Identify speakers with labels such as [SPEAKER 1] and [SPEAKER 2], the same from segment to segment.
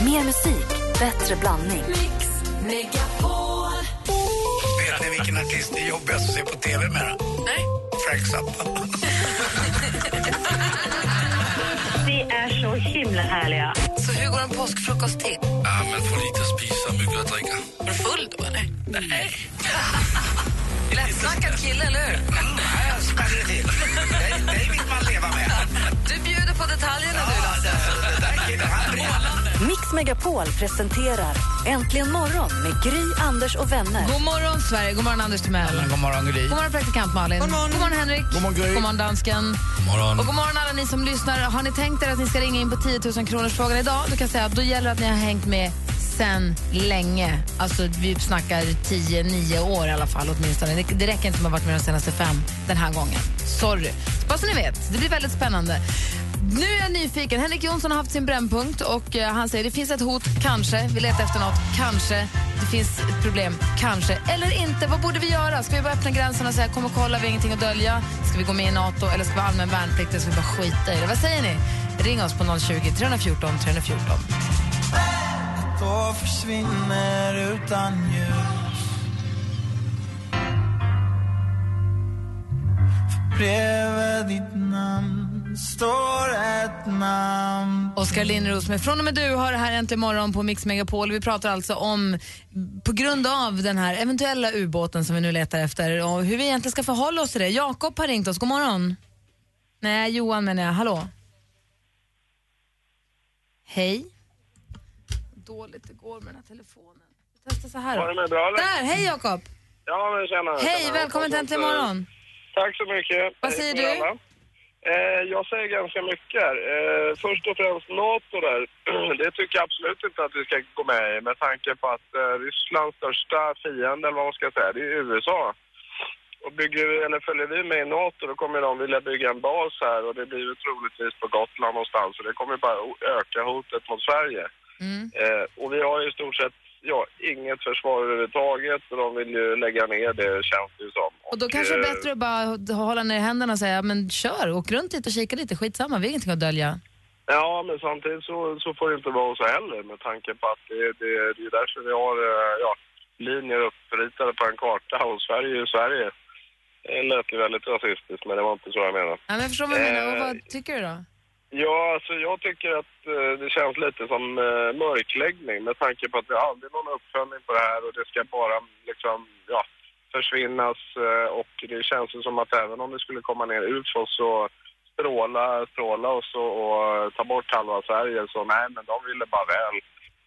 [SPEAKER 1] Mer musik, bättre blandning.
[SPEAKER 2] Mix Megapol.
[SPEAKER 3] Vet ni vilken artist det är jobbigast att se på tv med?
[SPEAKER 2] Nej.
[SPEAKER 3] Frank Zappa.
[SPEAKER 4] Ni är så himla härliga.
[SPEAKER 2] Så hur går en påskfrukost till?
[SPEAKER 3] Ja, men får lite spisa, mycket att dricka.
[SPEAKER 2] Var du full då, eller? Nej. Lättsnackad kille, eller hur?
[SPEAKER 3] Här smäller det till. Dig- Dig vill man leva med.
[SPEAKER 2] Du bjuder på detaljerna, du, Lasse.
[SPEAKER 3] Den där killen, han brinner.
[SPEAKER 1] Mix Megapol presenterar Äntligen morgon med Gry, Anders och vänner.
[SPEAKER 5] God morgon, Sverige. God morgon, Anders Timell.
[SPEAKER 6] God morgon, Gry.
[SPEAKER 5] God morgon, praktikant Malin. God morgon, Henrik. God
[SPEAKER 6] morgon, Gry.
[SPEAKER 5] God morgon, dansken.
[SPEAKER 6] God morgon.
[SPEAKER 5] Och god morgon, alla ni som lyssnar. Har ni tänkt er att ni ska ringa in på 10 000 kronors frågan idag? Då kan jag säga att då gäller det att ni har hängt med sen länge. Alltså, vi snackar 10-9 år i alla fall åtminstone. Det, det räcker inte med att ha varit med de senaste fem den här gången. Sorry. Bara så ni vet, det blir väldigt spännande. Nu är jag nyfiken. Henrik Jonsson har haft sin brännpunkt och eh, han säger det finns ett hot, kanske. Vi letar efter något, kanske. Det finns ett problem, kanske. Eller inte. Vad borde vi göra? Ska vi bara öppna gränserna och säga kom och kolla, vi har ingenting att dölja? Ska vi gå med i Nato eller ska vi ha allmän värnplikt eller ska vi bara skita i det? Vad säger ni? Ring oss på 020 314 314.
[SPEAKER 7] Då försvinner utan ljus För bredvid ditt namn står ett namn
[SPEAKER 5] Oskar Lindros med Från och med du har det här Äntligen morgon på Mix Megapol. Vi pratar alltså om, på grund av den här eventuella ubåten som vi nu letar efter, och hur vi egentligen ska förhålla oss till det. Jakob har ringt oss, god morgon. Nej, Johan menar jag. Hallå? Hej? Dåligt det går med den här telefonen. Vi testar så här
[SPEAKER 8] Var det
[SPEAKER 5] då.
[SPEAKER 8] med bra eller?
[SPEAKER 5] Där, hej Jakob!
[SPEAKER 8] Ja, men tjena.
[SPEAKER 5] Hej,
[SPEAKER 8] tjena.
[SPEAKER 5] välkommen till
[SPEAKER 8] Hoppas
[SPEAKER 5] Äntligen
[SPEAKER 8] att, eh,
[SPEAKER 5] morgon.
[SPEAKER 8] Tack så mycket.
[SPEAKER 5] Vad
[SPEAKER 8] Hej
[SPEAKER 5] säger
[SPEAKER 8] på
[SPEAKER 5] du?
[SPEAKER 8] er alla. Eh, jag säger ganska mycket här. Eh, först och främst NATO där. Det tycker jag absolut inte att vi ska gå med i med tanke på att eh, Rysslands största fiende, eller vad man ska säga, det är USA. Och bygger, vi- eller följer vi med i NATO då kommer de vilja bygga en bas här och det blir ju troligtvis på Gotland någonstans och det kommer bara o- öka hotet mot Sverige.
[SPEAKER 5] Mm.
[SPEAKER 8] Eh, och vi har ju i stort sett ja, inget försvar överhuvudtaget och de vill ju lägga ner det känns det ju som. eh,
[SPEAKER 5] Och då kanske det är bättre att bara hålla ner händerna och säga, men kör, åk runt dit och kika lite, skitsamma, vi har ingenting att dölja.
[SPEAKER 8] Ja, men samtidigt så, så får det inte vara så heller med tanke på att det, det, det är därför vi har eh, ja, linjer uppritade på en karta och Sverige är ju Sverige. Det lät ju väldigt rasistiskt, men det var inte så jag menade.
[SPEAKER 5] Ja, men jag förstår vad du menar. Och
[SPEAKER 8] Eh,
[SPEAKER 5] vad tycker du då?
[SPEAKER 8] Ja, alltså jag tycker att eh, det känns lite som eh, mörkläggning med tanke på att det är aldrig någon uppföljning på det här och det ska bara liksom, ja, försvinnas eh, och det känns ju som att även om det skulle komma ner UFO så stråla, stråla oss och, och ta bort halva Sverige så nej men de ville bara väl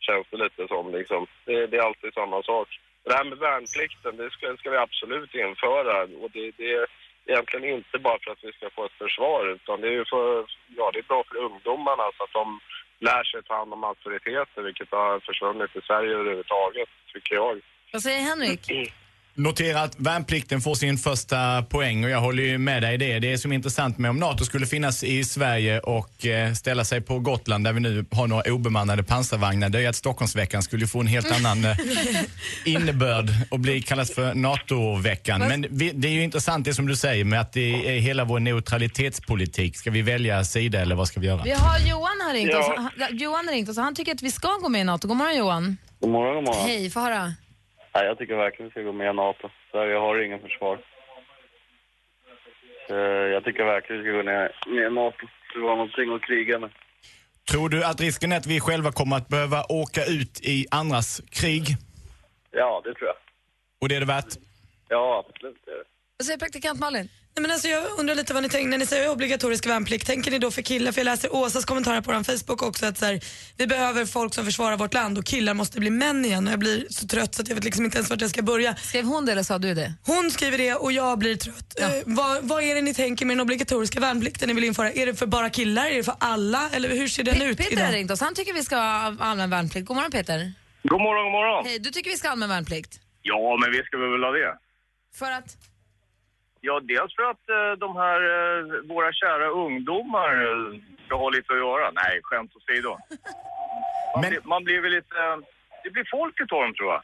[SPEAKER 8] känns det lite som liksom. Det, det är alltid samma sak. Det här med värnplikten, det ska, ska vi absolut införa och det, det är egentligen inte bara för att vi ska få ett försvar utan det är ju för, ja det är bra för ungdomarna så att de lär sig ta hand om auktoriteter vilket har försvunnit i Sverige överhuvudtaget, tycker jag.
[SPEAKER 5] Vad säger Henrik?
[SPEAKER 8] Mm.
[SPEAKER 6] Notera att värnplikten får sin första poäng och jag håller ju med dig i det. Det som är intressant med om NATO skulle finnas i Sverige och eh, ställa sig på Gotland där vi nu har några obemannade pansarvagnar, det är ju att Stockholmsveckan skulle få en helt annan eh, innebörd och bli kallas för NATO-veckan. Men vi, det är ju intressant det som du säger med att det är hela vår neutralitetspolitik. Ska vi välja sida eller vad ska vi göra?
[SPEAKER 5] Vi har Johan har ringt
[SPEAKER 8] Ja.
[SPEAKER 5] oss. Han- Han, Johan har ringt oss och han tycker att vi ska gå med i NATO. God morgon Johan.
[SPEAKER 8] God morgon, god morgon.
[SPEAKER 5] Hej, få höra.
[SPEAKER 8] Nej, jag tycker verkligen vi ska gå med i NATO. Sverige har ingen försvar. Så jag tycker verkligen vi ska gå ner- med i NATO. Det var någonting att kriga med.
[SPEAKER 6] Tror du att risken är att vi själva kommer att behöva åka ut i andras krig?
[SPEAKER 8] Ja, det tror jag.
[SPEAKER 6] Och det är det värt?
[SPEAKER 8] Ja, absolut. det är det.
[SPEAKER 5] Vad säger praktikant Malin?
[SPEAKER 9] Nej, men alltså, jag undrar lite vad ni tänker när ni säger obligatorisk värnplikt. Tänker ni då för killar? För jag läser Åsas kommentarer på vår Facebook också att så här, vi behöver folk som försvarar vårt land och killar måste bli män igen. Och jag blir så trött så att jag vet liksom inte ens vart jag ska börja.
[SPEAKER 5] Skrev hon det eller sa du det?
[SPEAKER 9] Hon skriver det och jag blir trött. Eh, vad, vad är det ni tänker med den obligatoriska värnplikten ni vill införa? Är det för bara killar? Är det för alla? Eller hur ser den
[SPEAKER 5] Pe-
[SPEAKER 9] ut
[SPEAKER 5] Peter har
[SPEAKER 9] idag?
[SPEAKER 5] ringt oss. Han tycker vi ska ha allmän värnplikt. God morgon Peter.
[SPEAKER 8] God morgon, god morgon.
[SPEAKER 5] Hej, du tycker vi ska ha allmän värnplikt?
[SPEAKER 8] Ja, men vi ska väl ha det.
[SPEAKER 5] För att?
[SPEAKER 8] Ja, dels för att eh, de här, eh, våra kära ungdomar eh, ska ha lite att göra. Nej, skämt åsido. Man,
[SPEAKER 6] Men-
[SPEAKER 8] blir- man blir väl lite... eh, Det blir folket av dem, tror jag.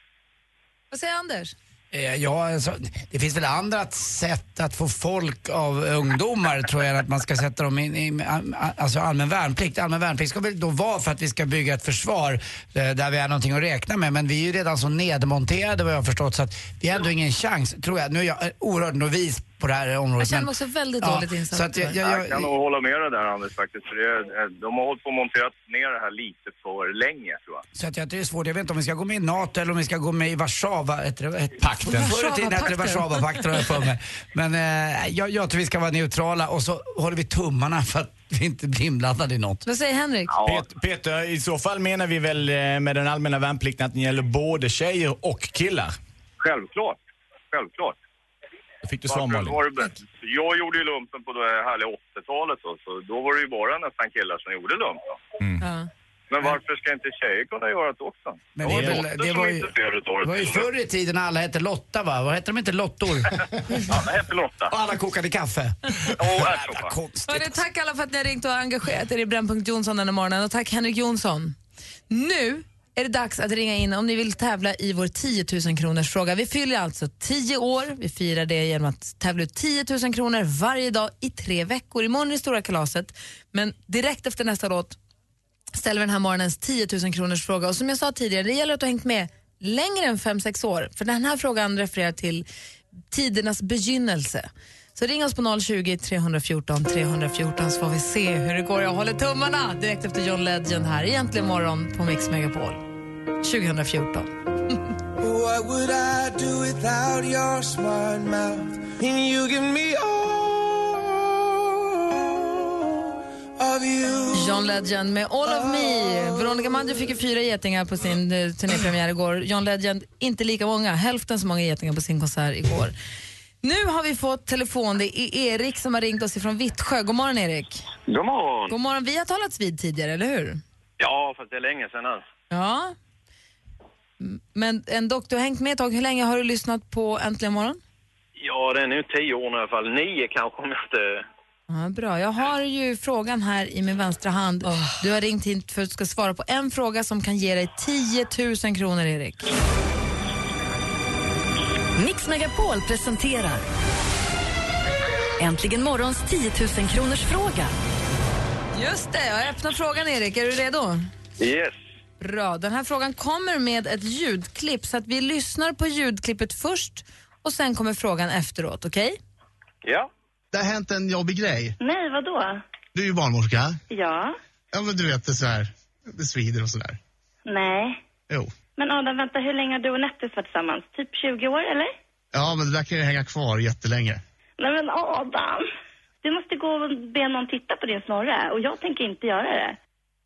[SPEAKER 5] Vad säger Anders?
[SPEAKER 10] Eh, Ja, alltså, det finns väl andra sätt att få folk av ungdomar tror jag, än att man ska sätta dem in i alltså allmän värnplikt. Allmän värnplikt ska väl då vara för att vi ska bygga ett försvar eh, där vi är någonting att räkna med. Men vi är ju redan så nedmonterade vad jag har förstått så att vi har ändå ingen chans, tror jag. Nu är jag eh, oerhört novis på det här området.
[SPEAKER 5] Jag känner
[SPEAKER 10] men-
[SPEAKER 5] mig också väldigt
[SPEAKER 10] Ja,
[SPEAKER 5] dåligt insatt.
[SPEAKER 10] så att jag, jag,
[SPEAKER 8] Jag kan
[SPEAKER 10] jag,
[SPEAKER 8] nog hålla med dig där Anders faktiskt. För det är, de har hållit på och monterat ner det här lite för länge tror jag.
[SPEAKER 10] så att jag, det är svårt, jag vet inte om vi ska gå med i NATO eller om vi ska gå med i Warszawa... Pakten. Förr i tiden hette det Warszawapakten har jag för mig. Men eh, jag, jag tror vi ska vara neutrala och så håller vi tummarna för att vi inte blir inblandade i något.
[SPEAKER 5] Vad säger Henrik?
[SPEAKER 6] Pet- Peter, i så fall menar vi väl eh, med den allmänna värnplikten att den gäller både tjejer och killar?
[SPEAKER 8] Självklart. Självklart.
[SPEAKER 6] Då fick du svar, Malin.
[SPEAKER 8] var det bäst? Jag gjorde ju lumpen på det härliga 80-talet då, så då var det ju bara nästan killar som gjorde lumpen.
[SPEAKER 10] Mm.
[SPEAKER 5] Ja.
[SPEAKER 8] Men varför ska inte tjejer kunna göra det också?
[SPEAKER 10] Men det, är väl, det, var ju, det var ju förr i tiden alla hette Lotta va? Vad hette de inte? Lottor?
[SPEAKER 8] Alla hette Lotta.
[SPEAKER 10] Och alla kokade kaffe.
[SPEAKER 8] eh,
[SPEAKER 10] eh,
[SPEAKER 8] Åh, ärtsoppa.
[SPEAKER 10] Jävla konstigt.
[SPEAKER 5] Hörrni, tack alla för att ni har ringt och engagerat er i Brännpunkt Jonsson den här morgonen. Och tack Henrik Jonsson. Nu är det dags att ringa in om ni vill tävla i vår 10 000 kronors fråga. Vi fyller alltså 10 år. Vi firar det genom att tävla ut 10 000 kronor varje dag i tre veckor. Imorgon är det stora kalaset, men direkt efter nästa låt ställer vi den här morgonens 10 000 kronors fråga. Och som jag sa tidigare, det gäller att du har hängt med längre än 5-6 år. För den här frågan refererar till tidernas begynnelse. Så ring oss på 020-314 314 så får vi se hur det går. Jag håller tummarna direkt efter John Legend här i Äntligen morgon på Mix Megapol 2014.
[SPEAKER 7] What would I do without your smart mouth? And you give me all of you.
[SPEAKER 5] John Legend med All of Me. Veronica Maggio fick ju fyra getingar på sin eh, turnépremiär igår. John Legend inte lika många, hälften så många getingar på sin konsert igår. Nu har vi fått telefon. Det är Erik som har ringt oss ifrån Vittsjö. God morgon Erik.
[SPEAKER 8] God morgon.
[SPEAKER 5] God morgon. Vi har talats vid tidigare, eller hur?
[SPEAKER 8] Ja, fast det är länge sedan nu.
[SPEAKER 5] Ja. M- Men en doktor har hängt med ett tag. Hur länge har du lyssnat på Äntligen morgon?
[SPEAKER 8] Ja, det är nu tio år nu i alla fall. Nio kanske om jag inte...
[SPEAKER 5] Ja, bra. Jag har ju frågan här i min vänstra hand. Du har ringt hit för att du ska svara på en fråga som kan ge dig 10 000 kronor, Erik.
[SPEAKER 1] Mix Megapol presenterar Äntligen morgons 10 000 kronors fråga.
[SPEAKER 5] Just det, jag öppnar frågan Erik. Är du redo?
[SPEAKER 8] Yes.
[SPEAKER 5] Bra. Den här frågan kommer med ett ljudklipp så att vi lyssnar på ljudklippet först och sen kommer frågan efteråt, okej?
[SPEAKER 8] Ja.
[SPEAKER 7] Det har hänt en jobbig grej.
[SPEAKER 4] Nej, vadå?
[SPEAKER 7] Du är ju barnmorska.
[SPEAKER 4] Ja.
[SPEAKER 7] Ja, men du vet det är så här. Det svider och sådär.
[SPEAKER 4] Nej.
[SPEAKER 7] Jo.
[SPEAKER 4] Men Adam, vänta, hur länge har du och Nettis varit tillsammans? Typ 20 år, eller?
[SPEAKER 7] Ja, men det där kan ju hänga kvar jättelänge.
[SPEAKER 4] Nej, men Adam! Du måste gå och be någon titta på din snorre och jag tänker inte göra det.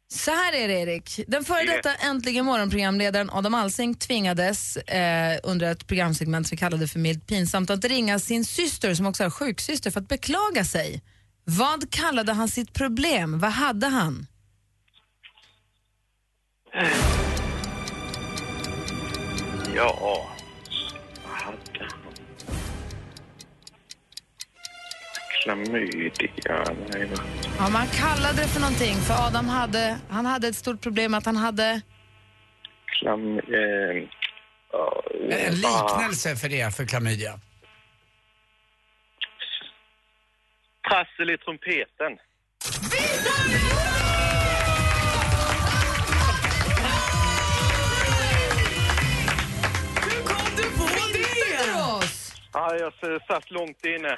[SPEAKER 5] Så här är det Erik. Den före detta Äntligen morgonprogramledaren Adam Alsing tvingades eh, under ett programsegment som vi kallade för Mild pinsamt att ringa sin syster som också är sjuksyster för att beklaga sig. Vad kallade han sitt problem? Vad hade han?
[SPEAKER 8] Ja. Vad hade han? Klamydia. Nej, vad...
[SPEAKER 5] Ja, man kallade det för någonting för Adam hade, han hade ett stort problem att han hade
[SPEAKER 8] Klam... Eh... ja,
[SPEAKER 10] En liknelse för det, för klamydia.
[SPEAKER 8] Trassel i trumpeten.
[SPEAKER 5] oss.
[SPEAKER 8] Ja, jag satt långt inne.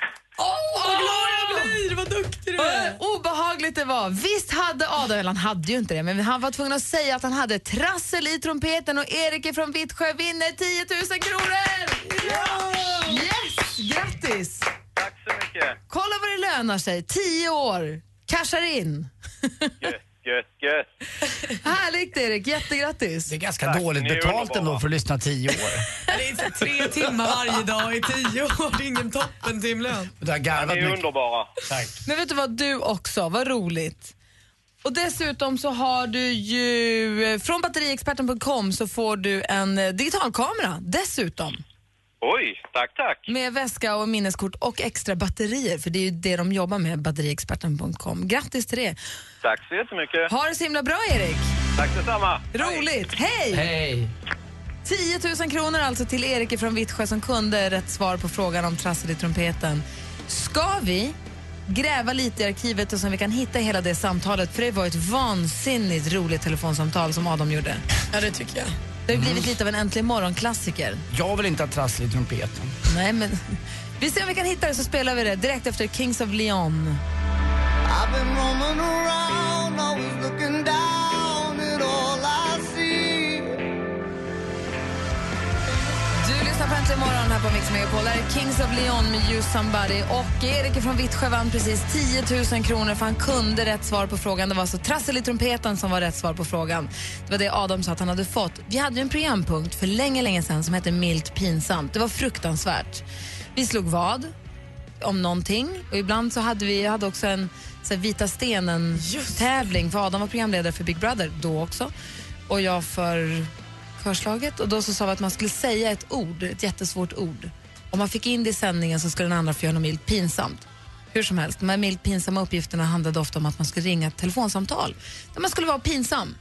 [SPEAKER 5] Vad obehagligt det var. Visst hade Adam, eller han hade ju inte det, men han var tvungen att säga att han hade trassel i trumpeten och Erik från Vittsjö vinner 10 000 kronor! Yes! Grattis!
[SPEAKER 8] Tack så mycket.
[SPEAKER 5] Kolla vad det lönar sig. 10 år. Cashar in.
[SPEAKER 8] Gött, gött, gött.
[SPEAKER 5] Härligt Erik, jättegrattis.
[SPEAKER 10] Det är ganska
[SPEAKER 8] Tack,
[SPEAKER 10] dåligt
[SPEAKER 8] njur
[SPEAKER 10] betalt
[SPEAKER 8] bara.
[SPEAKER 10] ändå för att lyssna tio år.
[SPEAKER 9] Det är tre timmar varje dag i tio år. Det är ingen toppen timlön.
[SPEAKER 10] Du har
[SPEAKER 8] Ni
[SPEAKER 10] garvat
[SPEAKER 8] är
[SPEAKER 10] mycket.
[SPEAKER 8] underbara.
[SPEAKER 10] Tack.
[SPEAKER 5] Men vet du vad, du också. Vad roligt. Och dessutom så har du ju, eh, från batteriexperten.com så får du en eh, digital kamera dessutom.
[SPEAKER 8] Oj, tack, tack.
[SPEAKER 5] Med väska och minneskort och extra batterier, för det är ju det de jobbar med, batteriexperten.com. Grattis till det.
[SPEAKER 8] Tack så jättemycket.
[SPEAKER 5] Ha det så himla bra Erik.
[SPEAKER 8] Tack detsamma.
[SPEAKER 5] Roligt. Hej!
[SPEAKER 10] Hej.
[SPEAKER 5] 10 000 kronor alltså till Erik från Vittsjö som kunde rätt svar på frågan om trassel i trumpeten. Ska vi gräva lite i arkivet och så vi kan hitta hela det samtalet? För det var ett vansinnigt roligt telefonsamtal som Adam gjorde.
[SPEAKER 9] Ja, det tycker jag.
[SPEAKER 5] Det har ju blivit lite av en Äntligen morgonklassiker.
[SPEAKER 10] Jag vill inte ha trassel i trumpeten.
[SPEAKER 5] Nej, men vi ser om vi kan hitta det så spelar vi det direkt efter Kings of Leon.
[SPEAKER 7] I've been roaming around, always looking down at all I see.
[SPEAKER 5] Du lyssnar på Äntligen morgon här på Mix Megapol. Det här är Kings of Leon med You Somebody. Och Erik från Vittsjö vann precis 10 000 kronor för han kunde rätt svar på frågan. Det var alltså trassel i trumpeten som var rätt svar på frågan. Det var det Adam sa att han hade fått. Vi hade ju en programpunkt för länge, länge sedan som hette Milt pinsamt. Det var fruktansvärt. Vi slog vad om någonting och ibland så hade vi hade också en så här, Vita stenen-tävling för Adam var programledare för Big Brother då också och jag för Körslaget och då så sa vi att man skulle säga ett ord, ett jättesvårt ord. Om man fick in det i sändningen så skulle den andra få göra något milt pinsamt. Hur som helst, de här milt pinsamma uppgifterna handlade ofta om att man skulle ringa ett telefonsamtal där man skulle vara pinsam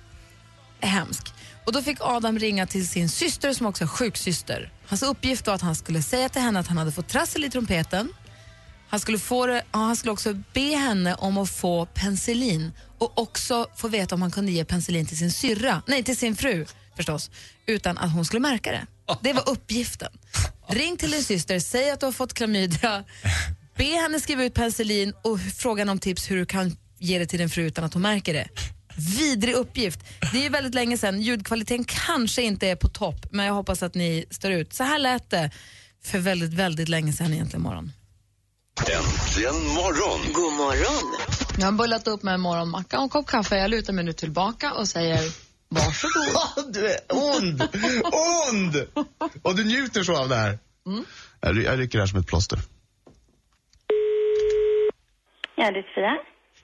[SPEAKER 5] är hemsk. Och då fick Adam ringa till sin syster som också är sjuksyster. Hans uppgift var att han skulle säga till henne att han hade fått trassel i trumpeten. Han skulle, få det, ja, han skulle också be henne om att få penicillin och också få veta om han kunde ge penicillin till sin syrra, nej till sin fru förstås, utan att hon skulle märka det. Det var uppgiften. Ring till din syster, säg att du har fått klamydia, be henne skriva ut penicillin och fråga henne om tips hur du kan ge det till din fru utan att hon märker det. Vidrig uppgift. Det är ju väldigt länge sedan. Ljudkvaliteten kanske inte är på topp, men jag hoppas att ni står ut. Så här lät det för väldigt, väldigt länge sedan egentligen morgon.
[SPEAKER 11] Äntligen morgon. God morgon.
[SPEAKER 5] Jag har bullat upp med en morgonmacka och en kopp kaffe. Jag lutar mig nu tillbaka och säger varsågod.
[SPEAKER 12] Du är ond! Ond! Och du njuter så av det här? Jag, ry- jag rycker det här som ett plåster.
[SPEAKER 4] Ja, det är Sofia.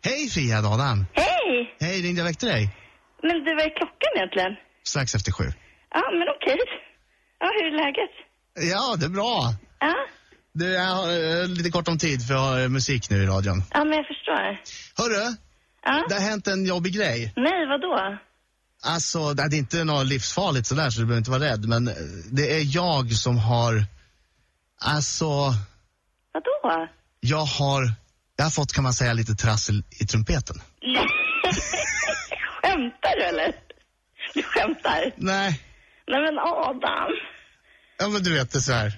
[SPEAKER 12] Hej Fia, det är Adam.
[SPEAKER 4] Hej!
[SPEAKER 12] Hej, ringde jag väckte dig?
[SPEAKER 4] Men du, vad är klockan egentligen?
[SPEAKER 12] Strax efter sju.
[SPEAKER 4] Ja, men okej. Ja, hur är läget?
[SPEAKER 12] Ja, det är bra.
[SPEAKER 4] Ja,
[SPEAKER 12] Du, jag har eh, lite kort om tid för jag har eh, musik nu i radion.
[SPEAKER 4] ja men jag förstår.
[SPEAKER 12] Hörru,
[SPEAKER 4] Ja.
[SPEAKER 12] det har hänt en jobbig grej.
[SPEAKER 4] Nej, vad då?
[SPEAKER 12] Alltså, det är inte något livsfarligt sådär så du behöver inte vara rädd, men eh, det är jag som har... Alltså,
[SPEAKER 4] Vadå?
[SPEAKER 12] jag har... Jag har fått, kan man säga, lite trassel i trumpeten.
[SPEAKER 4] Nej. skämtar du eller? Du skämtar?
[SPEAKER 12] Nej.
[SPEAKER 4] Nej men Adam.
[SPEAKER 12] Ja, men du vet, det är så här.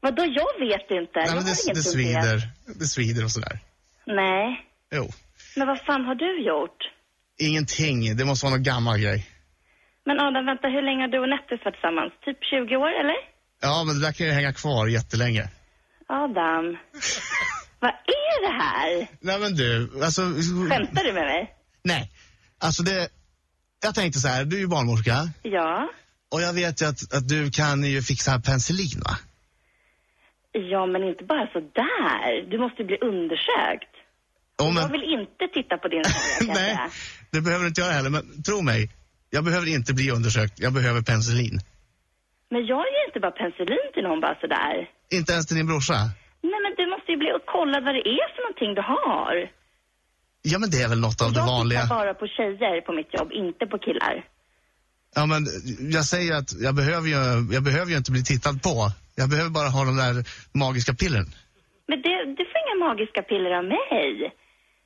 [SPEAKER 4] Vadå, jag vet inte.
[SPEAKER 12] Nej,
[SPEAKER 4] jag
[SPEAKER 12] men
[SPEAKER 4] har
[SPEAKER 12] det,
[SPEAKER 4] inget
[SPEAKER 12] det
[SPEAKER 4] idé.
[SPEAKER 12] svider. Det svider och sådär.
[SPEAKER 4] Nej,
[SPEAKER 12] Jo.
[SPEAKER 4] men vad fan har du gjort?
[SPEAKER 12] Ingenting. Det måste vara någon gammal grej.
[SPEAKER 4] Men Adam, vänta, hur länge har du och Nettis varit tillsammans? Typ 20 år eller?
[SPEAKER 12] Ja, men det där kan ju hänga kvar jättelänge.
[SPEAKER 4] Adam. vad är det här?
[SPEAKER 12] Nej, men du. Alltså...
[SPEAKER 4] Skämtar du med mig?
[SPEAKER 12] Nej. Alltså det... Jag tänkte så här, du är ju barnmorska.
[SPEAKER 4] Ja.
[SPEAKER 12] Och jag vet ju att, att du kan ju fixa penicillin, va?
[SPEAKER 4] Ja, men inte bara så där. Du måste ju bli undersökt.
[SPEAKER 12] Oh,
[SPEAKER 4] Jag vill inte titta på din fråga, kan jag
[SPEAKER 12] Nej.
[SPEAKER 4] säga.
[SPEAKER 12] Det behöver inte jag heller, men tro mig. Jag behöver inte bli undersökt. Jag behöver penicillin.
[SPEAKER 4] Men jag ger inte bara penicillin till någon bara sådär.
[SPEAKER 12] Inte ens till din brorsa.
[SPEAKER 4] Nej, men du måste ju bli och kolla vad det är för någonting du har.
[SPEAKER 12] Ja, men det är väl något av det vanliga.
[SPEAKER 4] Jag tittar bara på tjejer på mitt jobb, inte på killar.
[SPEAKER 12] Ja, men jag säger att jag behöver, ju, jag behöver ju inte bli tittad på. Jag behöver bara ha de där magiska pillren.
[SPEAKER 4] Men det, du får inga magiska piller av mig.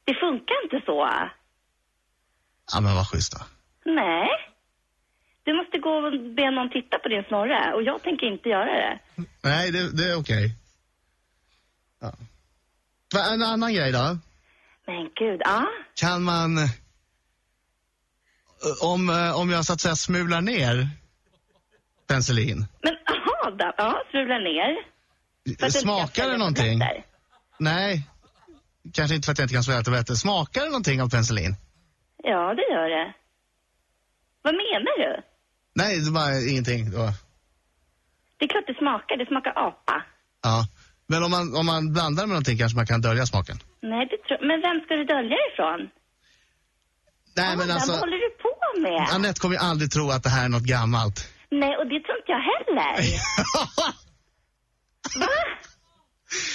[SPEAKER 4] Det funkar inte så.
[SPEAKER 12] Ja, men vad schysst då.
[SPEAKER 4] Nej. Du måste gå och be någon titta på din snorre och jag tänker inte göra det.
[SPEAKER 12] Nej, det, det är okej. Ja. Va, En annan grej då.
[SPEAKER 4] Men gud, ja.
[SPEAKER 12] Kan man... eh, Om, eh, om jag så att säga smular ner penicillin.
[SPEAKER 4] Men Adam, ja, strula ner. För att du inte
[SPEAKER 12] Eh, Smakar
[SPEAKER 4] kan
[SPEAKER 12] det
[SPEAKER 4] svälja
[SPEAKER 12] någonting?
[SPEAKER 4] tabletter.
[SPEAKER 12] Nej. Kanske inte för att jag inte kan svälja tabletter. Smakar det någonting av penicillin?
[SPEAKER 4] Ja, det gör det. Vad menar du?
[SPEAKER 12] Nej, det var ingenting. Då.
[SPEAKER 4] Det är klart det smakar, det smakar apa.
[SPEAKER 12] Ja. Men om man, om man blandar med någonting kanske man kan dölja smaken.
[SPEAKER 4] Nej, det tror Men vem ska du dölja det ifrån?
[SPEAKER 12] Nej, men
[SPEAKER 4] Adam,
[SPEAKER 12] alltså...
[SPEAKER 4] Vad håller du på med?
[SPEAKER 12] Annette kommer ju aldrig tro att det här är något gammalt.
[SPEAKER 4] Nej, och det tror inte jag heller. Va?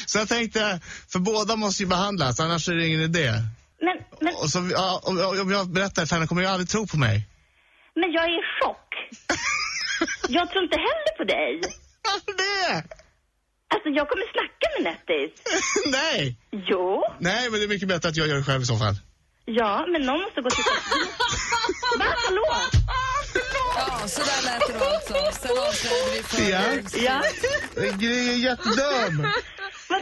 [SPEAKER 12] Så jag tänkte, för båda måste ju behandlas, annars är det ingen idé.
[SPEAKER 4] Men, men,
[SPEAKER 12] Och så, ja, om, om jag berättar för henne kommer jag aldrig tro på mig.
[SPEAKER 4] men jag är i chock. Jag tror inte heller på dig.
[SPEAKER 12] Varför det?
[SPEAKER 4] Alltså jag kommer snacka med Nettis.
[SPEAKER 12] Nej!
[SPEAKER 4] Jo.
[SPEAKER 12] Nej, men det är mycket bättre att jag gör det själv i så fall.
[SPEAKER 4] Ja, men någon måste gå och titta. Va, hallå?
[SPEAKER 2] Ja, så där lät det då alltså. Sen avslöjade vi för...
[SPEAKER 12] Ja.
[SPEAKER 4] Ja.
[SPEAKER 12] Gry är jättedum.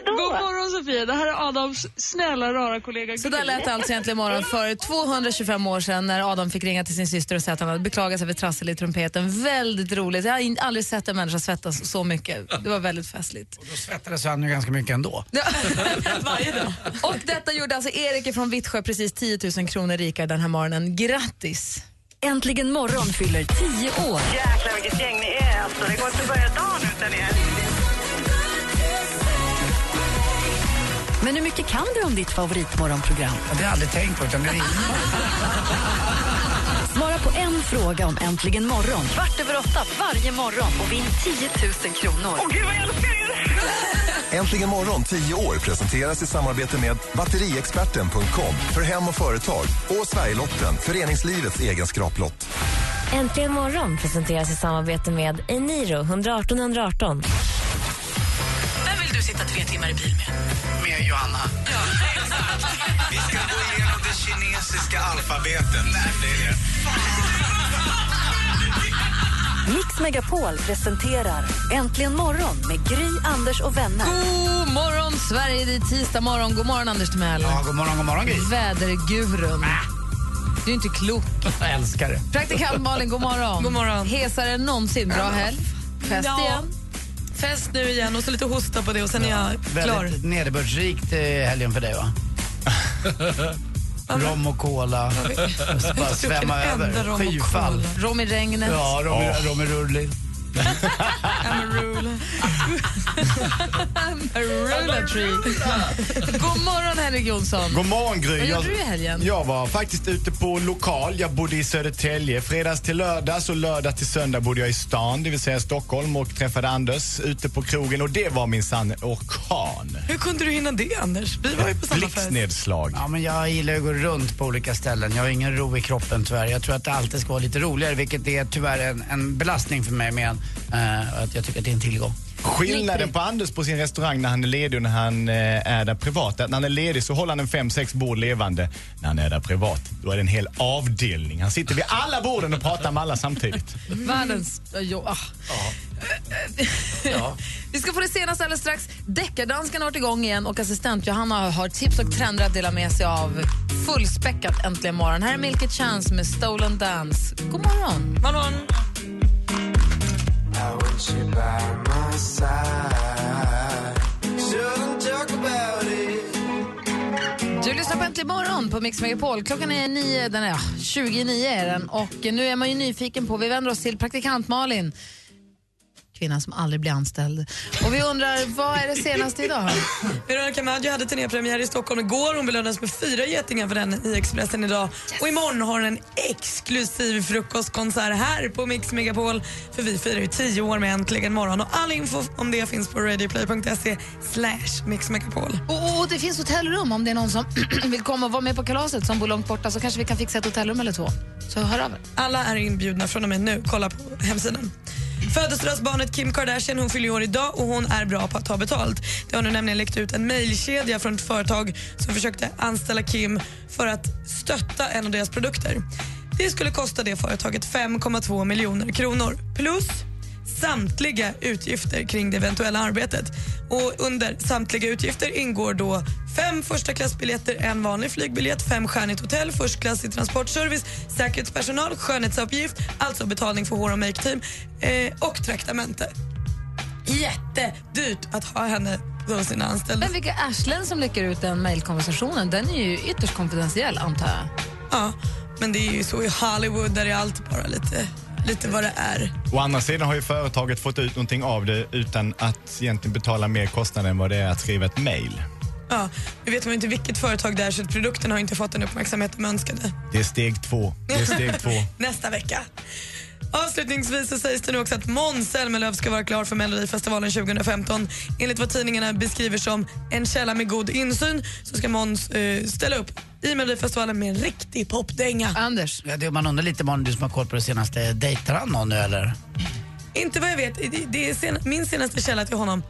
[SPEAKER 13] God morgon Sofia, det här är Adams snälla rara kollega
[SPEAKER 5] Så där lät det alltså egentligen imorgon för 225 år sedan när Adam fick ringa till sin syster och säga att han hade beklagat sig över trassel i trumpeten. Väldigt roligt. Jag har in- aldrig sett en människa svettas så mycket. Det var väldigt festligt.
[SPEAKER 10] Då svettades han ju ganska mycket ändå.
[SPEAKER 5] Och detta gjorde alltså Erik från Vittsjö precis 10 000 kronor rikare den här morgonen. Grattis!
[SPEAKER 1] Äntligen morgon fyller 10 år.
[SPEAKER 14] Jäklar vilket gäng ni är alltså. Det går inte att börja dagen utan er.
[SPEAKER 1] Men hur mycket kan du om ditt favoritmorgonprogram?
[SPEAKER 10] Det har jag aldrig tänkt på, utan det ringer.
[SPEAKER 1] Svara på en fråga om Äntligen morgon. Kvart över åtta varje morgon och vinn 10 000 kronor. Åh, gud vad jag älskar
[SPEAKER 15] Äntligen morgon 10 år presenteras i samarbete med batteriexperten.com för hem och företag och Sverigelotten, föreningslivets egen skraplott.
[SPEAKER 16] Äntligen morgon presenteras i samarbete med Eniro 118 118.
[SPEAKER 2] Vem vill du sitta tre timmar i bil med?
[SPEAKER 17] Med Johanna.
[SPEAKER 2] Ja,
[SPEAKER 17] Vi ska gå igenom det kinesiska alfabetet. Nej, det är det.
[SPEAKER 1] Mix Megapol presenterar Äntligen morgon med Gry, Anders och vänner.
[SPEAKER 5] God morgon Sverige, det är tisdag morgon. God morgon Anders Timell.
[SPEAKER 10] Ja, god morgon, god morgon Gry.
[SPEAKER 5] Vädergurun. Du är inte klok.
[SPEAKER 10] Jag älskar det.
[SPEAKER 5] Praktikant Malin, god morgon. god morgon. Hesare än någonsin. Bra helg. Fest
[SPEAKER 9] Ja.
[SPEAKER 5] igen.
[SPEAKER 9] Fest nu igen och så lite hosta på det och sen är jag klar.
[SPEAKER 10] Väldigt nederbördsrikt eh, helgen för dig va? Rom och cola. Bara svämma över. Skyfall.
[SPEAKER 5] Rom i regnet.
[SPEAKER 10] Ja, rom, rom i rullin.
[SPEAKER 5] Rulla tree. God morgon Henrik Jonsson.
[SPEAKER 6] God morgon Gry.
[SPEAKER 5] Vad
[SPEAKER 6] Jag-
[SPEAKER 5] gjorde du i helgen?
[SPEAKER 6] Jag var faktiskt ute på lokal. Jag bodde i Södertälje. Fredags till lördags och lördag till söndag bodde jag i stan, det vill säga Stockholm och träffade Anders ute på krogen och det var minsann orkan.
[SPEAKER 9] Hur kunde du hinna det Anders? Vi var ju på samma fest.
[SPEAKER 6] Blixtnedslag.
[SPEAKER 10] Ja, men jag gillar ju att gå runt på olika ställen. Jag har ingen ro i kroppen tyvärr. Jag tror att det alltid ska vara lite roligare, vilket är tyvärr en, en belastning för mig. Men eh, att jag tycker att det är en tillgång.
[SPEAKER 6] Skillnaden på Anders på sin restaurang när han är ledig och när han eh, är där privat, att när han är ledig så håller han en fem, sex bord levande. När han är där privat, då är det en hel avdelning. Han sitter vid alla borden och pratar med alla samtidigt.
[SPEAKER 5] Mm. Världens... Jo, ah. Vi ska få det senaste alldeles strax. Deckardansken har varit igång igen och assistent Johanna har tips och trender att dela med sig av. Fullspäckat äntligen morgon. Här är Milky Chance med Stolen Dance. God morgon.
[SPEAKER 9] Morgon.
[SPEAKER 5] Du lyssnar på Äntligen morgon på Mix Megapol. Klockan är nio, den är, ja, 29 är den. Och nu är man ju nyfiken på, vi vänder oss till praktikant Malin. Kvinnan som aldrig blir anställd. Och vi undrar, vad är det senaste idag?
[SPEAKER 9] Veronica Maggio hade turnépremiär i Stockholm igår. Hon belönades med fyra getingar för den i Expressen idag. Och imorgon har hon en exklusiv frukostkonsert här på Mix Megapol. För vi firar ju tio år med Äntligen morgon. Och all info om det finns på radioplay.se slash mixmegapol.
[SPEAKER 5] Och, och det finns hotellrum om det är någon som vill komma och vara med på kalaset som bor långt borta så kanske vi kan fixa ett hotellrum eller två. Så hör av er.
[SPEAKER 9] Alla är inbjudna från och med nu. Kolla på hemsidan. Födelsedagsbarnet Kim Kardashian hon fyller ju år idag och hon är bra på att ta betalt. Det har nu nämligen läckt ut en mejlkedja från ett företag som försökte anställa Kim för att stötta en av deras produkter. Det skulle kosta det företaget 5,2 miljoner kronor plus samtliga utgifter kring det eventuella arbetet. Och under samtliga utgifter ingår då fem första klassbiljetter, en vanlig flygbiljett, femstjärnigt hotell, förstklassig transportservice, säkerhetspersonal, skönhetsuppgift, alltså betalning för hår och make-team eh, och traktamente. Jättedyrt att ha henne som sina anställda.
[SPEAKER 5] Men vilka arslen som läcker ut den mejlkonversationen, den är ju ytterst konfidentiell antar jag.
[SPEAKER 9] Ja, men det är ju så i Hollywood där det är allt bara lite, lite vad det är.
[SPEAKER 6] Å andra sidan har ju företaget fått ut någonting av det utan att egentligen betala mer kostnader än vad det är att skriva ett mejl.
[SPEAKER 9] Ja, nu vet man ju inte vilket företag det är så att produkten har inte fått den uppmärksamhet de önskade.
[SPEAKER 6] Det är steg två. Det är steg två.
[SPEAKER 9] Nästa vecka. Avslutningsvis så sägs det nu också att Måns Zelmerlöw ska vara klar för Melodifestivalen 2015. Enligt vad tidningarna beskriver som en källa med god insyn så ska Måns eh, ställa upp i Melodifestivalen med en riktig popdänga.
[SPEAKER 5] Anders?
[SPEAKER 10] Eh, Ja, det man undrar lite, Malin, du som har koll på det senaste. Dejtar han någon nu eller?
[SPEAKER 9] Inte vad jag vet. Det- Det är sen, min senaste källa till honom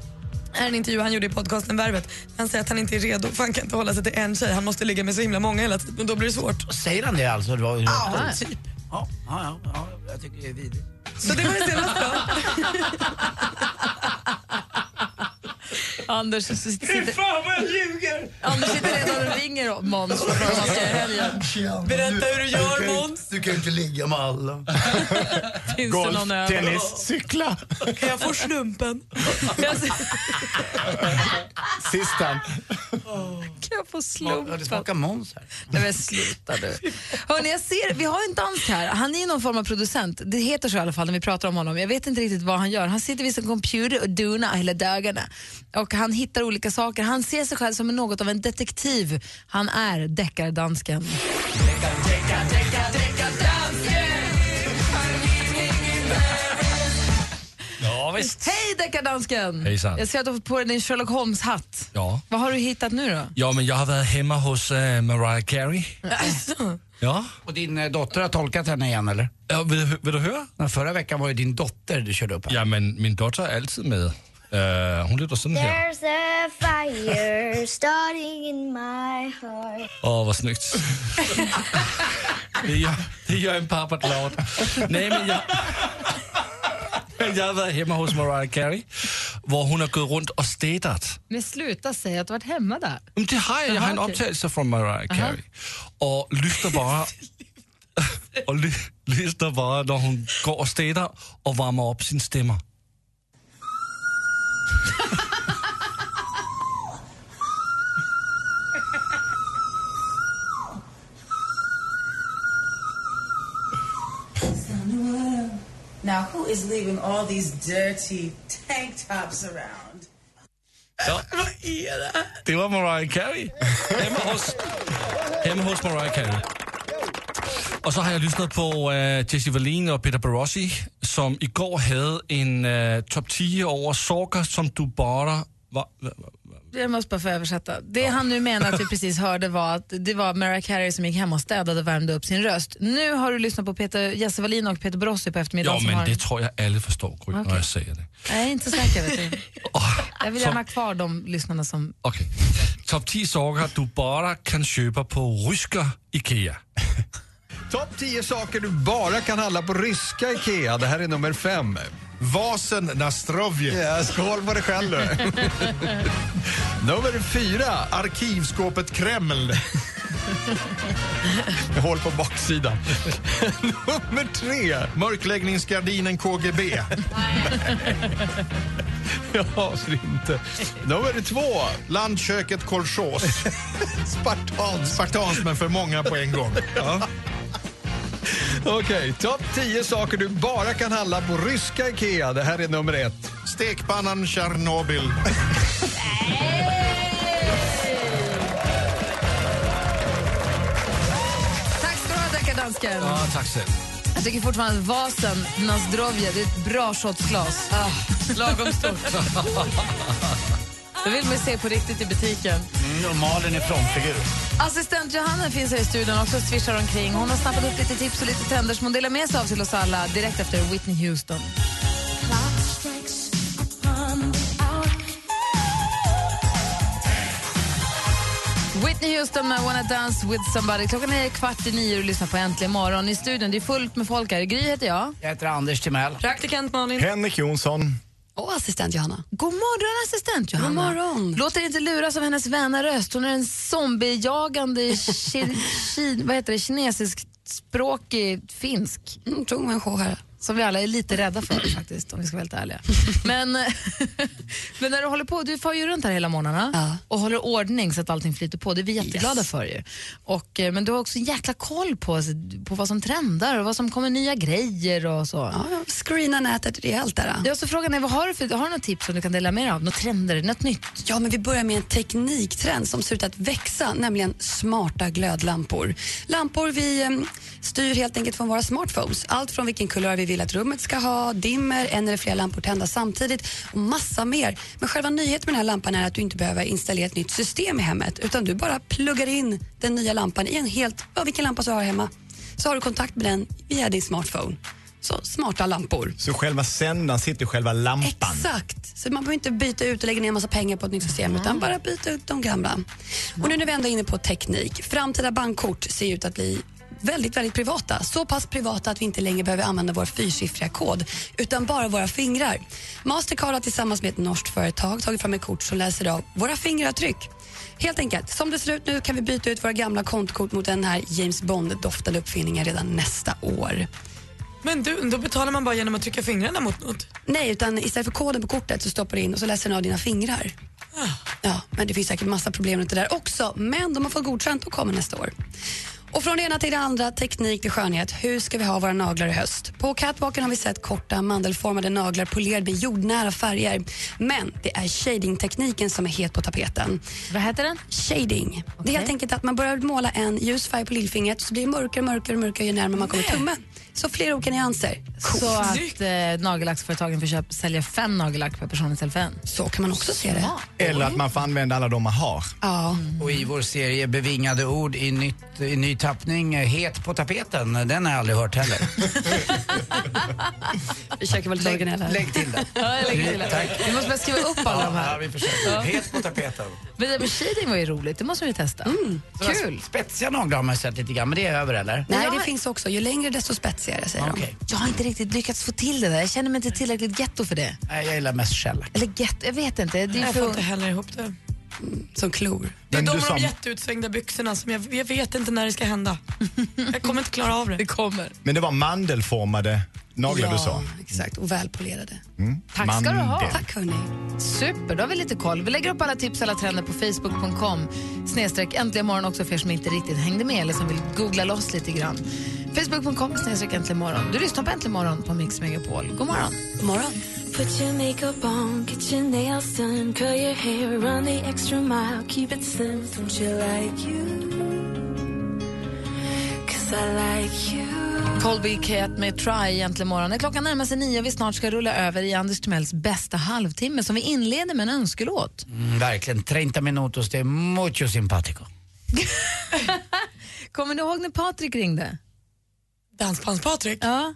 [SPEAKER 9] är en intervju han gjorde i podcasten Värvet. Han säger att han inte är redo för han kan inte hålla sig till en tjej. Han måste ligga med så himla många hela tiden och då blir det svårt.
[SPEAKER 10] Säger han det alltså? Det var,
[SPEAKER 9] Ja, typ.
[SPEAKER 10] Ja, ja, ja, ja, jag tycker det är vidrigt.
[SPEAKER 9] Så det var det senaste.
[SPEAKER 5] Anders sitter...
[SPEAKER 2] Fy fan vad jag ljuger!
[SPEAKER 5] Anders sitter redan och ringer Måns för att prata om det i helgen.
[SPEAKER 2] Berätta hur du
[SPEAKER 18] Du kan
[SPEAKER 2] gör
[SPEAKER 18] ju-
[SPEAKER 2] Måns.
[SPEAKER 18] Du kan ju inte ligga med alla.
[SPEAKER 2] Finns
[SPEAKER 18] Golf,
[SPEAKER 2] det någon över?
[SPEAKER 18] tennis,
[SPEAKER 6] cykla.
[SPEAKER 2] Kan jag få slumpen?
[SPEAKER 6] Sistan.
[SPEAKER 5] Kan jag få slumpen?
[SPEAKER 10] Ja, det smakar Måns här.
[SPEAKER 5] Nej men sluta du. Hörrni, jag ser, vi har en dansk här. Han är någon form av producent. Det heter så i alla fall när vi pratar om honom. Jag vet inte riktigt vad han gör. Han sitter vid sin computer och dunar hela dagarna. Och han hittar olika saker. Han ser sig själv som något av en detektiv. Han är deckardansken.
[SPEAKER 19] Ja, visst.
[SPEAKER 5] Hej deckardansken!
[SPEAKER 19] Hejsan.
[SPEAKER 5] Jag ser att du har fått på dig din Sherlock Holmes-hatt.
[SPEAKER 19] Ja.
[SPEAKER 5] Vad har du hittat nu då?
[SPEAKER 19] ja, men jag har varit hemma hos eh, Mariah Carey. Ja.
[SPEAKER 10] Och din eh, dotter har tolkat henne igen eller?
[SPEAKER 19] Ja, vill, du höra?
[SPEAKER 10] förra veckan var ju din dotter du körde upp här.
[SPEAKER 19] Ja, men min dotter är alltid med. Eh, hon lyder sådan här.
[SPEAKER 20] There's a fire starting in my heart.
[SPEAKER 19] Åh, vad snyggt. det, gör, det gör en pappa glad. Nej, men jag... Jag har varit hemma hos Mariah Carey, där hon har gått runt och städat.
[SPEAKER 5] Men sluta säga att du varit hemma där.
[SPEAKER 19] Men det har jag. Jag har en
[SPEAKER 5] Jaha, okej.
[SPEAKER 19] upptagelse från Mariah
[SPEAKER 5] Aha.
[SPEAKER 19] Carey. Och lyssnar bara... och ly, lyssnar bara när hon går och städar och värmer upp sin stämma.
[SPEAKER 14] Now who is leaving all these dirty tank tops around?
[SPEAKER 19] Ja. Det var Mariah Carey. Hemma hos, hemma hos Mariah Carey. Och så har jag lyssnat på øh, Jesse Wallin och Peter Barossi, som igår hade en øh, topp 10 över saker som du bara... Va, va, va,
[SPEAKER 5] Jag måste bara få översätta. Det han nu menar att vi precis hörde var att det var Mariah Carey som gick hem och städade och värmde upp sin röst. Nu har du lyssnat på Peter, Jesse Wallin och Peter Brossi på eftermiddagen.
[SPEAKER 19] ja,
[SPEAKER 5] som har...
[SPEAKER 19] men det tror jag alla förstår, Gry,
[SPEAKER 5] Okej.
[SPEAKER 19] när jag säger det.
[SPEAKER 5] Nej, Jag är inte säker. Vet du. Jag vill
[SPEAKER 19] Så-
[SPEAKER 5] gärna ha kvar de lyssnarna som...
[SPEAKER 19] Okej. Topp 10 saker du bara kan köpa på ryska IKEA.
[SPEAKER 21] Topp 10 saker du bara kan handla på ryska IKEA. Det här är nummer fem. Vasen Nastrovje. Ja, skål på dig själv du. nummer fyra. Arkivskåpet Kreml. Jag håller på baksidan. nummer tre. Mörkläggningsgardinen KGB. Ja, så det inte. Nummer två. Landköket Kolchos. Spartans. Spartans, men för många på en gång. Ja. Okej, topp 10 saker du bara kan handla på ryska IKEA. Det här är nummer ett. Stekpannan Tjernobyl.
[SPEAKER 5] Tack ska du ha, deckardansken.
[SPEAKER 19] Ja, tack själv.
[SPEAKER 5] Jag tycker fortfarande att vasen, Nazdrovje, det är ett bra shotsglas. Ah, lagom stort. Det vill man se på riktigt i butiken.
[SPEAKER 10] Normalen Mm, är frontfigur.
[SPEAKER 5] Assistent Johanna finns här i studion också och swishar omkring. Hon har snappat upp lite tips och lite trender som hon delar med sig av till oss alla direkt efter Whitney Houston. Whitney Houston med Wanna Dance with somebody. Klockan är kvart i nio och du lyssnar på Äntligen morgon. I studion, det är fullt med folk här. Gry heter jag.
[SPEAKER 10] Jag heter Anders Timell.
[SPEAKER 5] Praktikant Malin.
[SPEAKER 6] Henrik Jonsson.
[SPEAKER 5] Och assistent Johanna. God morgon assistent Johanna.
[SPEAKER 22] God morgon.
[SPEAKER 5] Låt er inte luras av hennes väna röst. Hon är en zombiejagande ki- ki- vad heter det, kinesisk språkig finsk. Mm, tung människa här. Som vi alla är lite rädda för faktiskt om vi ska vara helt ärliga. Men, men när du håller på, du far ju runt här hela morgnarna och håller ordning så att allting flyter på. Det är vi jätteglada
[SPEAKER 22] Yes.
[SPEAKER 5] för ju. Och, eh, men du har också en jäkla koll på, på vad som trendar och vad som kommer nya grejer och så.
[SPEAKER 22] Ja, screena nätet rejält där.
[SPEAKER 5] Ja, så frågan är, vad har du för, har du något tips som du kan dela med dig av? Något trender, något nytt?
[SPEAKER 22] Ja, men vi börjar med en tekniktrend som ser ut att växa, nämligen smarta glödlampor. Lampor vi em, styr helt enkelt från våra smartphones. Allt från vilken kulör vi vill att rummet ska ha, dimmer, en eller flera lampor tända samtidigt och massa mer. Men själva nyheten med den här lampan är att du inte behöver installera ett nytt system i hemmet utan du bara pluggar in den nya lampan i en helt, ja, vilken lampa du har hemma. Så har du kontakt med den via din smartphone. Så smarta lampor.
[SPEAKER 6] Så själva sändaren sitter i själva lampan.
[SPEAKER 22] Exakt. Så man behöver inte byta ut och lägga ner en massa pengar på ett nytt system utan bara byta ut de gamla. Och nu när vi ändå är inne på teknik. Framtida bankkort ser ut att bli väldigt, väldigt privata. Så pass privata att vi inte längre behöver använda vår fyrsiffriga kod utan bara våra fingrar. Mastercard har tillsammans med ett norskt företag tagit fram ett kort som läser av våra fingeravtryck. Helt enkelt, som det ser ut nu kan vi byta ut våra gamla kontokort mot den här James Bond-doftande uppfinningen redan nästa år.
[SPEAKER 9] Men du, då betalar man bara genom att trycka fingrarna mot något.
[SPEAKER 22] Nej, utan istället för koden på kortet så stoppar du in och så läser den av dina fingrar.
[SPEAKER 5] Ah.
[SPEAKER 22] Ja, men det finns säkert massa problem runt det där också. Men de har fått godkänt och kommer nästa år. Och från det ena till det andra, teknik till skönhet. Hur ska vi ha våra naglar i höst? På catwalken har vi sett korta mandelformade naglar polerade med jordnära färger. Men det är shading-tekniken som är het på tapeten.
[SPEAKER 5] Vad heter den?
[SPEAKER 22] Shading. Det är helt enkelt att man börjar måla en ljus färg på lillfingret så blir det mörkare och mörkare, och mörkare ju närmare man kommer tummen. Så flera olika nyanser.
[SPEAKER 5] Så att eh, nagellacksföretagen får köpa, sälja fem nagellack per person istället för en.
[SPEAKER 22] Så kan man också se det.
[SPEAKER 6] Eller att man får använda alla de man har.
[SPEAKER 22] Ja.
[SPEAKER 10] Och i vår serie Bevingade ord i, nytt, i ny tappning, eh, Het på tapeten, den har jag aldrig hört heller.
[SPEAKER 22] Försöker vara lite originella.
[SPEAKER 10] Lägg till den.
[SPEAKER 5] Ja, jag lägger till det.
[SPEAKER 10] Tack.
[SPEAKER 5] Vi måste börja skriva upp alla de
[SPEAKER 10] Ja,
[SPEAKER 5] här.
[SPEAKER 10] vi försöker.
[SPEAKER 5] Ja.
[SPEAKER 10] Het på tapeten.
[SPEAKER 5] Men det med shading var ju roligt, det måste vi testa.
[SPEAKER 22] Mm.
[SPEAKER 10] Sådana
[SPEAKER 5] Kul!
[SPEAKER 10] Spetsiga naglar har man sett lite grann, men det är över eller?
[SPEAKER 22] Nej, det finns också. Ju längre desto spetsigare säger de.
[SPEAKER 5] Jag har inte riktigt lyckats få till det där. Jag känner mig inte tillräckligt getto för det.
[SPEAKER 10] Nej, jag gillar mest shellack.
[SPEAKER 5] Eller getto, jag vet inte. Det är
[SPEAKER 9] Jag får inte
[SPEAKER 5] för...
[SPEAKER 9] heller ihop det.
[SPEAKER 22] Som klor.
[SPEAKER 9] Det är
[SPEAKER 6] Men
[SPEAKER 9] de
[SPEAKER 6] du
[SPEAKER 9] med
[SPEAKER 6] som-
[SPEAKER 9] de jätteutsvängda byxorna som jag, jag vet inte när det ska hända. Jag kommer inte klara av det. Det
[SPEAKER 5] kommer.
[SPEAKER 6] Men det var mandelformade naglar du sa?
[SPEAKER 22] Exakt, och välpolerade.
[SPEAKER 6] Mm.
[SPEAKER 5] Tack ska du ha.
[SPEAKER 6] Mandel.
[SPEAKER 22] hörni.
[SPEAKER 5] Super, då har vi lite koll. Vi lägger upp alla tips alla trender på facebook.com snedstreck äntligen morgon också för er som inte riktigt hängde med eller som vill googla loss lite grann. Facebook.com snedstreck äntligen morgon. Du lyssnar på Äntligen morgon på Mix Megapol. God morgon.
[SPEAKER 22] God morgon.
[SPEAKER 3] Put your makeup on, get your nails done, curl your hair, run the extra mile, keep it slim. Don't you like you? Cause I like you.
[SPEAKER 5] Colby Cat med Try egentligen morgon. När klockan närmar sig nio och vi snart ska rulla över i Anders Timells bästa halvtimme som vi inleder med en önskelåt.
[SPEAKER 10] Mm, verkligen, 30 minutos, det är mucho simpatico.
[SPEAKER 5] Kommer ni ihåg när Patrik ringde?
[SPEAKER 9] Dansbands-Patrik?
[SPEAKER 5] Ja.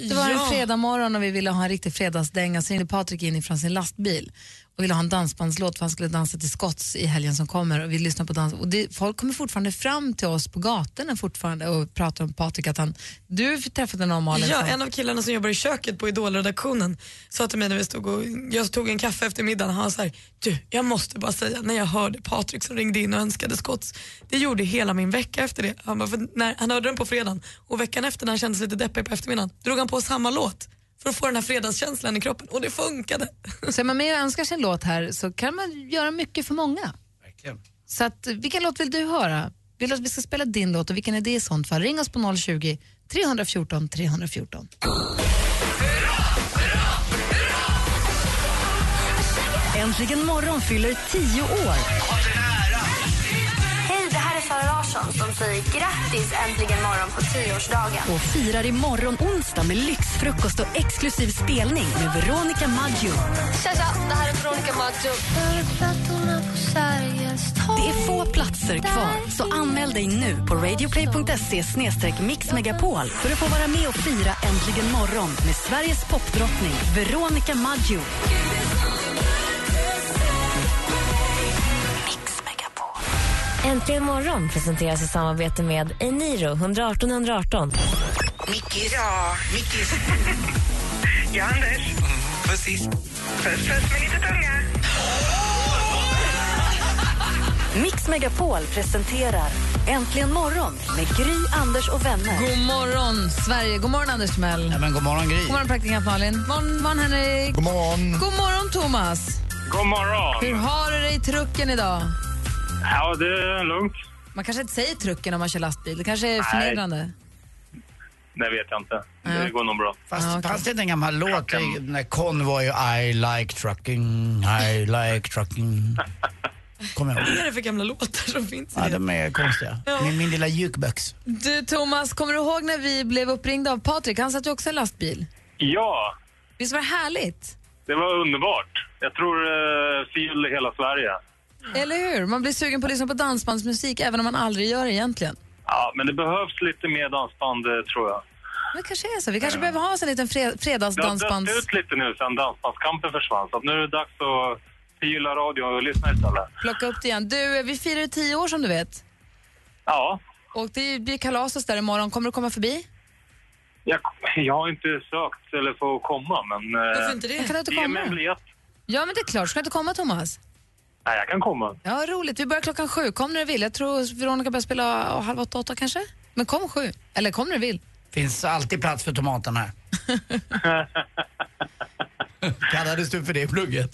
[SPEAKER 5] Det var en
[SPEAKER 9] ja.
[SPEAKER 5] fredag morgon och vi ville ha en riktig fredagsdänga så ringde Patrik in ifrån sin lastbil och ville ha en dansbandslåt för han skulle dansa till Scotts i helgen som kommer och vi lyssnar på dans och det, folk kommer fortfarande fram till oss på gatorna fortfarande och pratar om Patrik att han, du träffade någon Malin
[SPEAKER 9] Ja,
[SPEAKER 5] som-
[SPEAKER 9] en av killarna som jobbar i köket på Idolredaktionen sa till mig när vi stod och jag tog en kaffe efter middagen, han sa du jag måste bara säga när jag hörde Patrik som ringde in och önskade skotts, det gjorde hela min vecka efter det. Han, bara, för när, han hörde den på fredagen och veckan efter när han kändes lite deppig på eftermiddagen drog han på samma låt för att få den här fredagskänslan i kroppen och det funkade.
[SPEAKER 5] Så är man med och önskar sin låt här så kan man göra mycket för många.
[SPEAKER 10] Verkligen.
[SPEAKER 5] Så att, vilken låt vill du höra? Vill du att vi ska spela din låt och vilken är det i sånt fall? Ring oss på 020 314 314.
[SPEAKER 1] Äntligen morgon fyller 10 år.
[SPEAKER 20] Hej, det här är Sara Larsson som säger grattis äntligen morgon på 10-årsdagen.
[SPEAKER 1] Och firar imorgon onsdag med lyxfrukost och exklusiv spelning med Veronica Maggio.
[SPEAKER 20] Tja, tja, det här är Veronica Maggio.
[SPEAKER 1] Det är få platser kvar, så anmäl dig nu på radioplay.se mixmegapol för att få vara med och fira Äntligen morgon med Sveriges popdrottning Veronica Maggio.
[SPEAKER 16] Äntligen morgon presenteras i samarbete med Eniro 118 118.
[SPEAKER 8] Mickis. Ja, Mickis. ja, Anders. precis. Puss, puss med lite tunga.
[SPEAKER 1] Mix Megapol presenterar Äntligen morgon med Gry, Anders och vänner.
[SPEAKER 5] God morgon, Sverige. God morgon, Anders Timell.
[SPEAKER 10] Ja, men god morgon Gry.
[SPEAKER 5] God morgon, praktikant Malin. God morgon, morgon, Henrik. God
[SPEAKER 6] morgon.
[SPEAKER 5] God morgon, Thomas.
[SPEAKER 23] God morgon.
[SPEAKER 5] Hur har du det i trucken idag?
[SPEAKER 23] Ja, det är lugnt.
[SPEAKER 5] Man kanske inte säger trucken om man kör lastbil. Det kanske är förnedrande.
[SPEAKER 23] Det vet jag inte. Det går nog bra.
[SPEAKER 10] Fast fanns det inte en gammal låt, den där Convoy och I like trucking, I like trucking. Kommer jag
[SPEAKER 9] Vad
[SPEAKER 10] ihåg.
[SPEAKER 9] är det för gamla låtar som finns?
[SPEAKER 10] Ja, de är konstiga. Min, min lilla jukebox.
[SPEAKER 5] Du, Thomas, kommer du ihåg när vi blev uppringda av Patrik? Han satt ju också i en lastbil.
[SPEAKER 23] Ja,
[SPEAKER 5] Visst var det härligt?
[SPEAKER 23] det var underbart. Jag tror eh, fyll i hela Sverige.
[SPEAKER 5] Eller hur? Man blir sugen på att lyssna på dansbandsmusik även om man aldrig gör det egentligen.
[SPEAKER 23] Ja, men det behövs lite mer dansband, eh, tror jag.
[SPEAKER 5] Det kanske är så. Vi kanske behöver ha oss en liten fre-
[SPEAKER 23] Det har
[SPEAKER 5] fredagsdansbands...
[SPEAKER 23] dött ut lite nu sen dansbandskampen försvann, så att nu är det dags att fila radio och lyssna istället.
[SPEAKER 5] Plocka upp det igen. Du, eh, vi firar ju tio år som du vet.
[SPEAKER 23] Ja,
[SPEAKER 5] Och det blir kalas oss där imorgon. Kommer du komma förbi?
[SPEAKER 23] jag, jag har inte sökt eller får komma, men... eh, Varför
[SPEAKER 5] inte det? Men kan du inte
[SPEAKER 23] Ge
[SPEAKER 5] komma?
[SPEAKER 23] mig en biljett.
[SPEAKER 5] Ja, men det är klart. Ska du inte komma, Thomas?
[SPEAKER 23] Nej, jag kan komma.
[SPEAKER 5] Ja, roligt. Vi börjar klockan sju. Kom när du vill. Jag tror Veronica börjar spela eh, halv åtta, åtta kanske. Men kom sju. Eller kom när du vill.
[SPEAKER 10] Finns alltid plats för tomaterna här. Kallades du för det i plugget?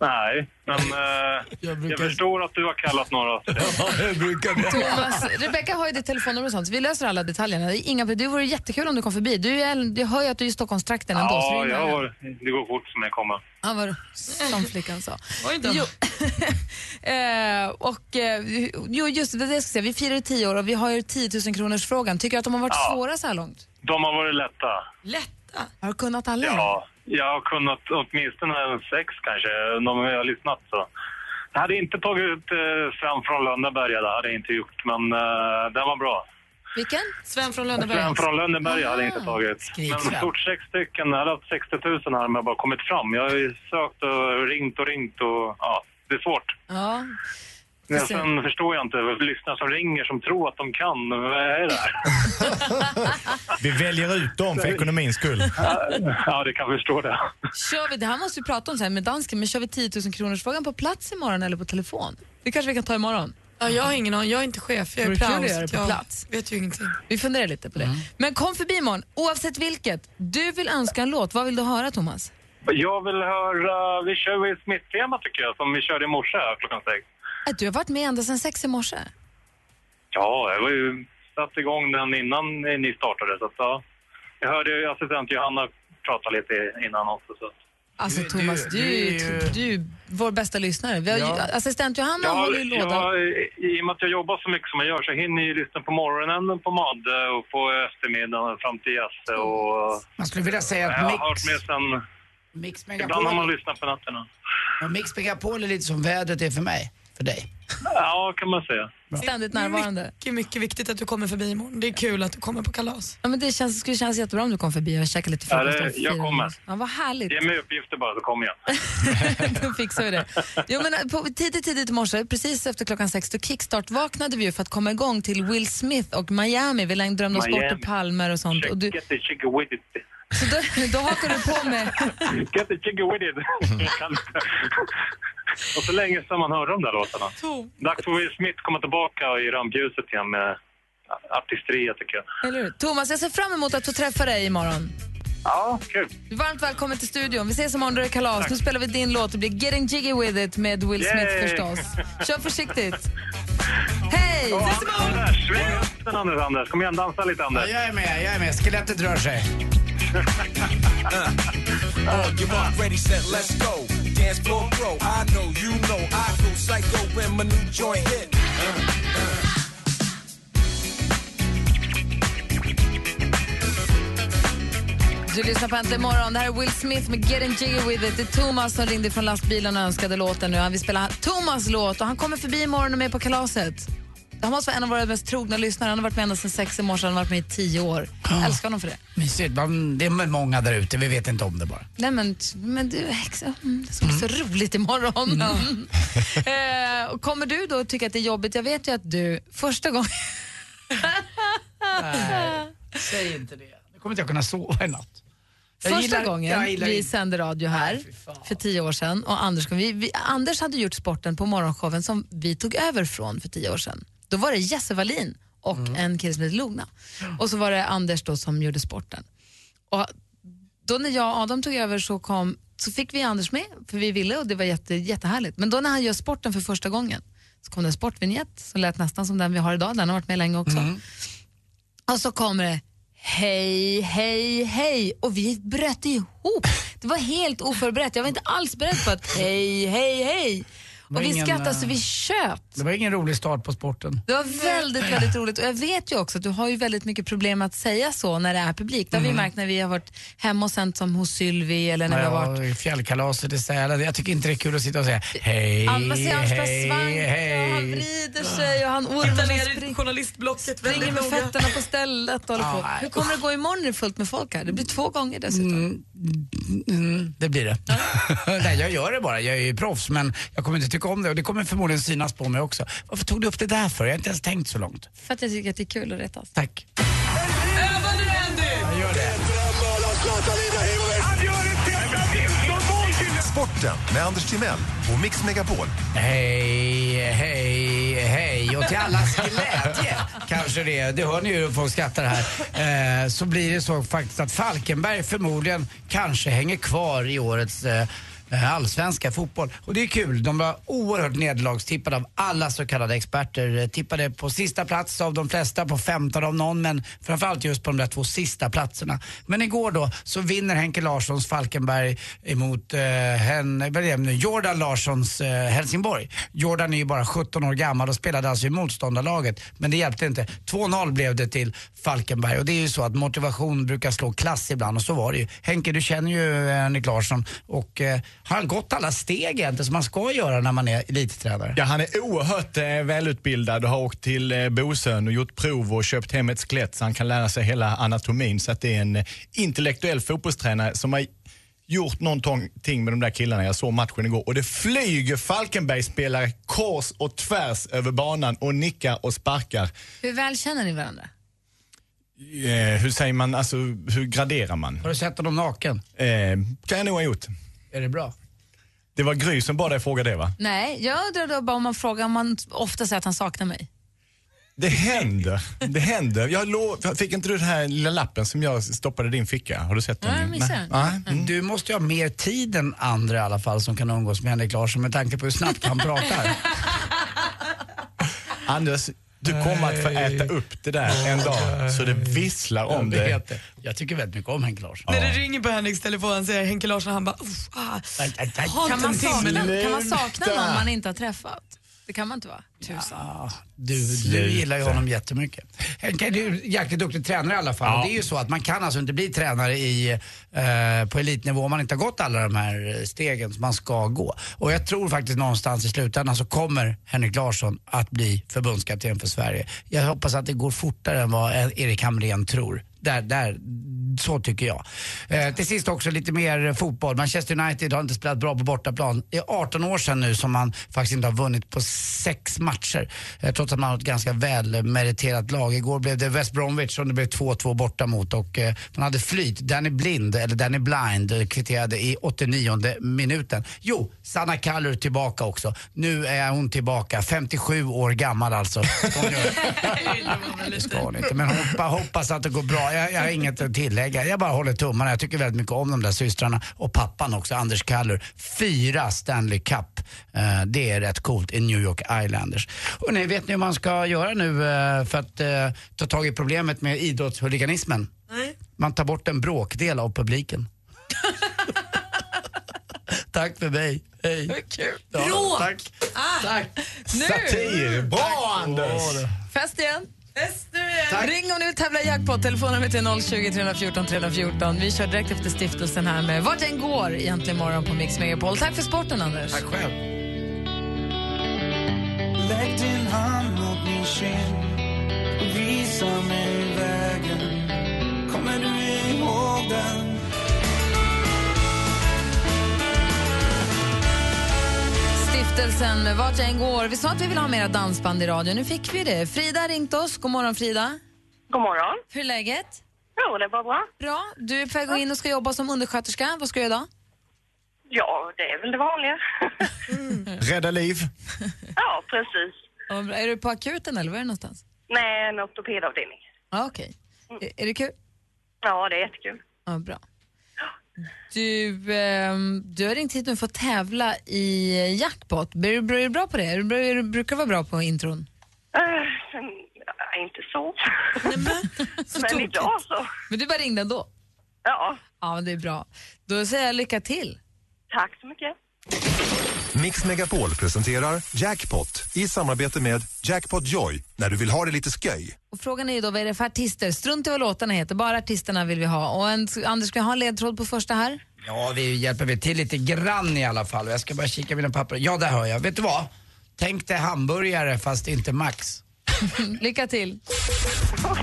[SPEAKER 23] Nej, men eh, jag, förstår att du har kallat några. ja,
[SPEAKER 10] jag brukar
[SPEAKER 5] Thomas, Rebecka har ju ditt telefonnummer och sånt. Vi löser alla detaljerna. Det, är inga, det vore jättekul om du kom förbi. Du är, ju äl- jag hör ju att du är i Stockholmstrakten ändå. så det är
[SPEAKER 23] Ja,
[SPEAKER 5] ju
[SPEAKER 23] jag
[SPEAKER 5] nära.
[SPEAKER 23] har, det går fort för mig att komma.
[SPEAKER 5] Ja, vad som flickan sa. Jo, eh, och, eh, jo, just det, det ska jag säga. Vi firar ju tio år och vi har ju 10 000 kronors frågan. Tycker du att de har varit
[SPEAKER 23] Ja.
[SPEAKER 5] svåra så här långt?
[SPEAKER 23] De har varit lätta.
[SPEAKER 5] Lätta? Har du kunnat alla?
[SPEAKER 23] Ja, jag har kunnat åtminstone en sex kanske, om jag har lyssnat så. Jag hade inte tagit ut eh, Sven från Lönneberga, det hade jag inte gjort, men eh, den var bra.
[SPEAKER 5] Vilken?
[SPEAKER 2] Sven från
[SPEAKER 23] Sven från Lönneberga hade jag inte tagit. Men
[SPEAKER 2] Sven.
[SPEAKER 23] stort sex stycken, jag hade haft 60 000 här om jag bara kommit fram. Jag har ju sökt och ringt och ringt och ja, det är svårt.
[SPEAKER 5] Ja.
[SPEAKER 23] Men sen förstår jag inte, lyssnare som ringer som tror att de kan, vad är det här?
[SPEAKER 6] Vi väljer ut dem för ekonomins skull.
[SPEAKER 23] Ja, det kan jag förstå det.
[SPEAKER 5] Kör vi, det här måste vi prata om sen med dansken, men kör vi 10 000 kronors frågan på plats imorgon eller på telefon? Det kanske vi kan ta imorgon.
[SPEAKER 9] Ja, jag har ingen aning, jag är inte chef, jag är
[SPEAKER 5] Vore kul att
[SPEAKER 9] praost.
[SPEAKER 5] göra det på
[SPEAKER 9] jag
[SPEAKER 5] plats.
[SPEAKER 9] vet ju ingenting.
[SPEAKER 5] Vi funderar lite på det. Men kom förbi imorgon, oavsett vilket. Du vill önska en låt. Vad vill du höra, Thomas?
[SPEAKER 23] Jag vill höra, vi kör ju smittema tycker jag, som vi körde i morse här klockan sex.
[SPEAKER 5] Att du har varit med ända sedan sex i morse.
[SPEAKER 23] Ja, jag var ju satt igång den innan ni startade. Så att, ja. Jag hörde ju assistent Johanna prata lite innan också. Så. att-
[SPEAKER 5] Alltså Thomas, du, är ju- typ-
[SPEAKER 23] du är
[SPEAKER 5] du, är ju vår bästa lyssnare. Vi har, ju-
[SPEAKER 23] Ja.
[SPEAKER 5] Assistent Johanna
[SPEAKER 23] Jag,
[SPEAKER 5] håller ju låda.
[SPEAKER 23] jag, i- I och med att jag jobbar så mycket som jag gör så hinner jag ju lyssna på morgonen på Madde och på eftermiddagen fram till Jasse och...
[SPEAKER 10] Man skulle vilja säga
[SPEAKER 23] Jag
[SPEAKER 10] att
[SPEAKER 23] har
[SPEAKER 10] mix,
[SPEAKER 23] hört med sen...
[SPEAKER 10] mix
[SPEAKER 23] Ibland har man
[SPEAKER 10] Megapol,
[SPEAKER 23] lyssnat på nätterna.
[SPEAKER 10] ja, mix Megapol är lite som vädret är för mig. För dig.
[SPEAKER 23] Ja, kan man säga.
[SPEAKER 5] Ständigt närvarande.
[SPEAKER 9] Mycket, mycket viktigt att du kommer förbi imorgon. Det är kul att du kommer på kalas.
[SPEAKER 5] Ja, men det känns, skulle kännas jättebra om du kom förbi och käkade lite
[SPEAKER 23] Ja,
[SPEAKER 5] frukost.
[SPEAKER 23] det,
[SPEAKER 5] och
[SPEAKER 23] jag
[SPEAKER 5] firade.
[SPEAKER 23] kommer.
[SPEAKER 5] Ja, vad härligt.
[SPEAKER 23] Ge mig uppgifter bara så kommer jag.
[SPEAKER 5] Då fixar vi det. Jo, men eh, på, tidigt, tidigt i morse, precis efter klockan sex, då kickstart-vaknade vi ju för att komma igång till Will Smith och Miami. Vi längd- drömde oss bort
[SPEAKER 23] Miami.
[SPEAKER 5] och palmer och sånt. Och du,
[SPEAKER 23] Get the chicken with it.
[SPEAKER 5] så då, då hakar du på med...
[SPEAKER 23] Get the chicken with it. Jag kan inte. och så länge som man hör de där låtarna. Dags för Will Smith komma tillbaka i rampljuset igen med artisteriet tycker jag.
[SPEAKER 5] Eller hur? Thomas, jag ser fram emot att få träffa dig imorgon.
[SPEAKER 23] Ja, kul.
[SPEAKER 5] Du är varmt välkommen till studion. Vi ses imorgon då det är kalas. Nu spelar vi din låt. Det blir Getting Jiggy With It med Will
[SPEAKER 23] Yay!
[SPEAKER 5] Smith förstås. Kör försiktigt. Hej! Ses imorgon!
[SPEAKER 23] Anders, sväng upp den Anders, Anders. Kom igen, dansa lite Anders.
[SPEAKER 10] Jag är med, jag är med. Skelettet rör sig.
[SPEAKER 17] Uh, get up, ready, set, let's go. Dance floor pro, I know, you know, I go psycho when my new joint hit. Uh, uh.
[SPEAKER 5] Du lyssnar på Äntligen morgon. Det här är Will Smith med Getting Jiggy With It. Det är Thomas som ringde från lastbilen och önskade låten nu. Han vill spela Thomas låt och han kommer förbi imorgon och är med på kalaset. Han måste vara en av våra mest trogna lyssnare. Han har varit med ända sedan sex i morse. Han har varit med i tio år. Jag älskar honom för det.
[SPEAKER 10] Mysigt. Man- Det är många där ute, vi vet inte om det bara.
[SPEAKER 5] Nej men, men du häxa, mm, det ska bli så roligt imorgon. eh, och kommer du då tycka att det är jobbigt? Jag vet ju att du första gången...
[SPEAKER 10] Nej, säg inte det. Nu kommer inte jag kunna sova i natt. Jag
[SPEAKER 5] Första
[SPEAKER 10] gillar-
[SPEAKER 5] gången
[SPEAKER 10] jag gillar
[SPEAKER 5] vi
[SPEAKER 10] inte-
[SPEAKER 5] sände radio här för tio år sedan och Anders, kom, vi, vi, Anders hade gjort sporten på morgonshowen som vi tog över från för tio år sedan. Då var det Jesse Wallin och
[SPEAKER 10] Mm.
[SPEAKER 5] en kille som hette Logna. Och så var det Anders då som gjorde sporten. Och då när jag och Adam tog över så, kom, så fick vi Anders med, för vi ville och det var jätte, jättehärligt. Men då när han gör sporten för första gången så kom det en sportvignett som lät nästan som den vi har idag, den har varit med länge också.
[SPEAKER 10] Mm.
[SPEAKER 5] Och så kommer det hej, hej, hej och vi bröt ihop. Det var helt oförberett. Jag var inte alls beredd på att hej, hej, hej.
[SPEAKER 10] var
[SPEAKER 5] Och vi
[SPEAKER 10] ingen,
[SPEAKER 5] skrattade
[SPEAKER 10] eh,
[SPEAKER 5] så vi köp.
[SPEAKER 10] Det var ingen rolig start på sporten.
[SPEAKER 5] Det var väldigt, väldigt roligt. Och jag vet ju också att du har ju väldigt mycket problem att säga så när det är publik. Det har vi
[SPEAKER 10] Mm.
[SPEAKER 5] märkt när vi har varit hemma och sänt som hos Sylvi eller när vi har varit...
[SPEAKER 10] Ja, fjällkalaset i Sälen. Jag tycker inte det är kul att sitta och säga hej,
[SPEAKER 5] Alma man ser hans
[SPEAKER 10] hej,
[SPEAKER 5] svank och han
[SPEAKER 10] hej.
[SPEAKER 5] vrider sig och han
[SPEAKER 9] Tittar
[SPEAKER 5] ormar
[SPEAKER 9] ner i
[SPEAKER 5] journalistblocket Springer
[SPEAKER 9] väldigt
[SPEAKER 5] med
[SPEAKER 9] noga.
[SPEAKER 5] fötterna på stället och håller på.
[SPEAKER 10] Ja,
[SPEAKER 5] Hur kommer det gå imorgon när det är fullt med folk här? Det blir två gånger dessutom.
[SPEAKER 10] Mm, det blir det. Nej, jag gör det bara. Jag är ju proffs, men jag kommer inte tycka om det och det kommer förmodligen synas på mig också. Varför tog du upp det där för? Jag har inte ens tänkt så långt.
[SPEAKER 5] För att jag tycker att det är kul att retas.
[SPEAKER 10] Tack.
[SPEAKER 8] Öva nu, Andy!
[SPEAKER 10] Jag gör det.
[SPEAKER 15] Sporten med Anders Timell och Mix Megapol.
[SPEAKER 10] Hej, hej, hej. Och till allas glädje, kanske det, det hör ni ju hur folk skrattar här, eh, så blir det så faktiskt att Falkenberg förmodligen kanske hänger kvar i årets eh, allsvenska fotboll. Och det är kul, de var oerhört nederlagstippade av alla så kallade experter. Eh, Tippade på sista plats av de flesta, på 15 av någon, men framförallt just på de där två sista platserna. Men igår då så vinner Henke Larssons Falkenberg emot eh, hen, vad är det nu, Jordan Larssons eh, Helsingborg. Jordan är ju bara 17 år gammal och spelade alltså i motståndarlaget. Men det hjälpte inte. 2-0 blev det till Falkenberg och det är ju så att motivation brukar slå klass ibland och så var det ju. Henke, du känner ju eh, Henrik Larsson och eh, har han gått alla steg egentligen som man ska göra när man är elittränare?
[SPEAKER 6] Ja, han är oerhört eh, välutbildad och har åkt till eh, Bosön och gjort prov och köpt hem ett skelett så han kan lära sig hela anatomin. Så att det är en eh, intellektuell fotbollstränare som har gjort någonting med de där killarna. Jag såg matchen igår och det flyger Falkenberg-spelare kors och tvärs över banan och nickar och sparkar.
[SPEAKER 5] Hur väl känner ni varandra?
[SPEAKER 6] Eh, hur säger man, alltså hur graderar man?
[SPEAKER 10] Har du sett honom naken?
[SPEAKER 6] Eh, kan jag nog ha gjort.
[SPEAKER 10] Är det bra?
[SPEAKER 6] Det var Gry som bad dig fråga det va?
[SPEAKER 5] Nej, jag undrar då bara om man frågar om man ofta säger att han saknar mig.
[SPEAKER 6] Det händer. Det händer. Jag lov... Fick inte du den här lilla lappen som jag stoppade i din ficka? Har du sett den?
[SPEAKER 5] Nej, jag missade den.
[SPEAKER 6] Nej. Mm.
[SPEAKER 10] Du måste ju ha mer tid än andra i alla fall som kan umgås med Henrik Larsson med tanke på hur snabbt han pratar.
[SPEAKER 6] Anders, du kommer att få äta upp det där en dag så det visslar om
[SPEAKER 10] Jag
[SPEAKER 6] det.
[SPEAKER 10] vet det. Jag tycker väldigt mycket om Henke Larsson.
[SPEAKER 9] När det ringer på Henriks telefon säger Henke Larsson, han bara... "Uff, Ah,
[SPEAKER 5] Kan man, sakna, kan man sakna
[SPEAKER 9] Sluta.
[SPEAKER 5] någon man inte har träffat? Det kan man inte vara. Tusan.
[SPEAKER 10] Du, du gillar ju honom jättemycket. Henke, du är ju jäkligt duktig tränare i alla fall.
[SPEAKER 5] Ja.
[SPEAKER 10] Och Det är ju så att man kan alltså inte bli tränare i, eh, på elitnivå om man inte har gått alla de här eh, stegen som man ska gå. Och jag tror faktiskt någonstans i slutändan så kommer Henrik Larsson att bli förbundskapten för Sverige. Jag hoppas att det går fortare än vad eh, Erik Hamrén tror. Där, där, så tycker jag. Eh, till sist också lite mer eh, fotboll. Manchester United har inte spelat bra på bortaplan. Det är 18 år sedan nu som man faktiskt inte har vunnit på sex matcher. Eh, trots att man har ett ganska välmeriterat lag. Igår blev det West Bromwich som det blev 2-2 borta mot och eh, man hade flyt. Danny Blind, eller Danny Blind, eh, kvitterade i 89 minuten. Jo, Sanna Kallur tillbaka också. Nu är hon tillbaka, 57 år gammal alltså. Det ska hon inte, men hoppa, hoppas att det går bra. Jag, jag har inget att tillägga. Jag bara håller tummarna. Jag tycker väldigt mycket om de där systrarna och pappan också, Anders Kallur. Fyra Stanley Cup. Eh, det är rätt coolt i New York Islanders. Och ni vet ni hur man ska göra nu eh, för att eh, ta tag i problemet med idrottshuliganismen?
[SPEAKER 9] Nej.
[SPEAKER 10] Man tar bort en bråkdel av publiken. Tack för mig. Hej. Ja,
[SPEAKER 5] Bråk!
[SPEAKER 10] tack.
[SPEAKER 5] Ah, Nu!
[SPEAKER 6] Satir. Bra Anders!
[SPEAKER 5] Fest igen! Fest nu igen!
[SPEAKER 6] Tack.
[SPEAKER 5] Ring om ni vill tävla i jackpot. Telefonnumret är 020 314 314. Vi kör direkt efter stiftelsen här med Vart den går egentligen imorgon på Mix Megapol. Tack för sporten Anders. Tack
[SPEAKER 10] själv.
[SPEAKER 8] Lägg din hand mot min kind och visa mig vägen. Kommer du ihåg den?
[SPEAKER 5] Stiftelsen med Vart jag än går. Vi sa att vi ville ha mera dansband i radio. Nu fick vi det. Frida har ringt oss. God morgon Frida.
[SPEAKER 4] God morgon.
[SPEAKER 5] Hur är läget?
[SPEAKER 4] Jo, det var bra.
[SPEAKER 5] Bra. Du är på väg att gå in och ska jobba som undersköterska. Vad ska du göra idag?
[SPEAKER 4] Ja, det är väl det vanliga.
[SPEAKER 6] Rädda liv.
[SPEAKER 4] Ja, precis.
[SPEAKER 5] Ja, bra. Är du på akuten eller var är du någonstans?
[SPEAKER 4] Nej, en ortopedavdelning. Mm.
[SPEAKER 5] Ja, okej. Är- Är det kul?
[SPEAKER 4] Ja, det är jättekul.
[SPEAKER 5] Ja, bra. Du, ehm, du har ringt hit nu för att tävla i jackpot. Är du, är du bra på det? Är du, är du, brukar du vara bra på intron?
[SPEAKER 4] Eh, ja, inte så. Men idag så.
[SPEAKER 5] Men du bara ringde ändå?
[SPEAKER 4] Ja.
[SPEAKER 5] Ja, men det är bra. Då säger jag lycka till.
[SPEAKER 4] Tack så mycket.
[SPEAKER 15] Mix Megapol presenterar Jackpot i samarbete med Jackpot Joy när du vill ha det lite sköj.
[SPEAKER 5] Och frågan är ju då, vad är det för artister? Strunt i vad låtarna heter, bara artisterna vill vi ha. Och en, Anders, ska vi ha en ledtråd på första här?
[SPEAKER 10] Ja, vi hjälper väl till lite grann i alla fall. Jag ska bara kika mina papper. Ja, där hör jag. Vet du vad? Tänk dig hamburgare fast inte Max.
[SPEAKER 5] Lycka till.
[SPEAKER 4] Oh,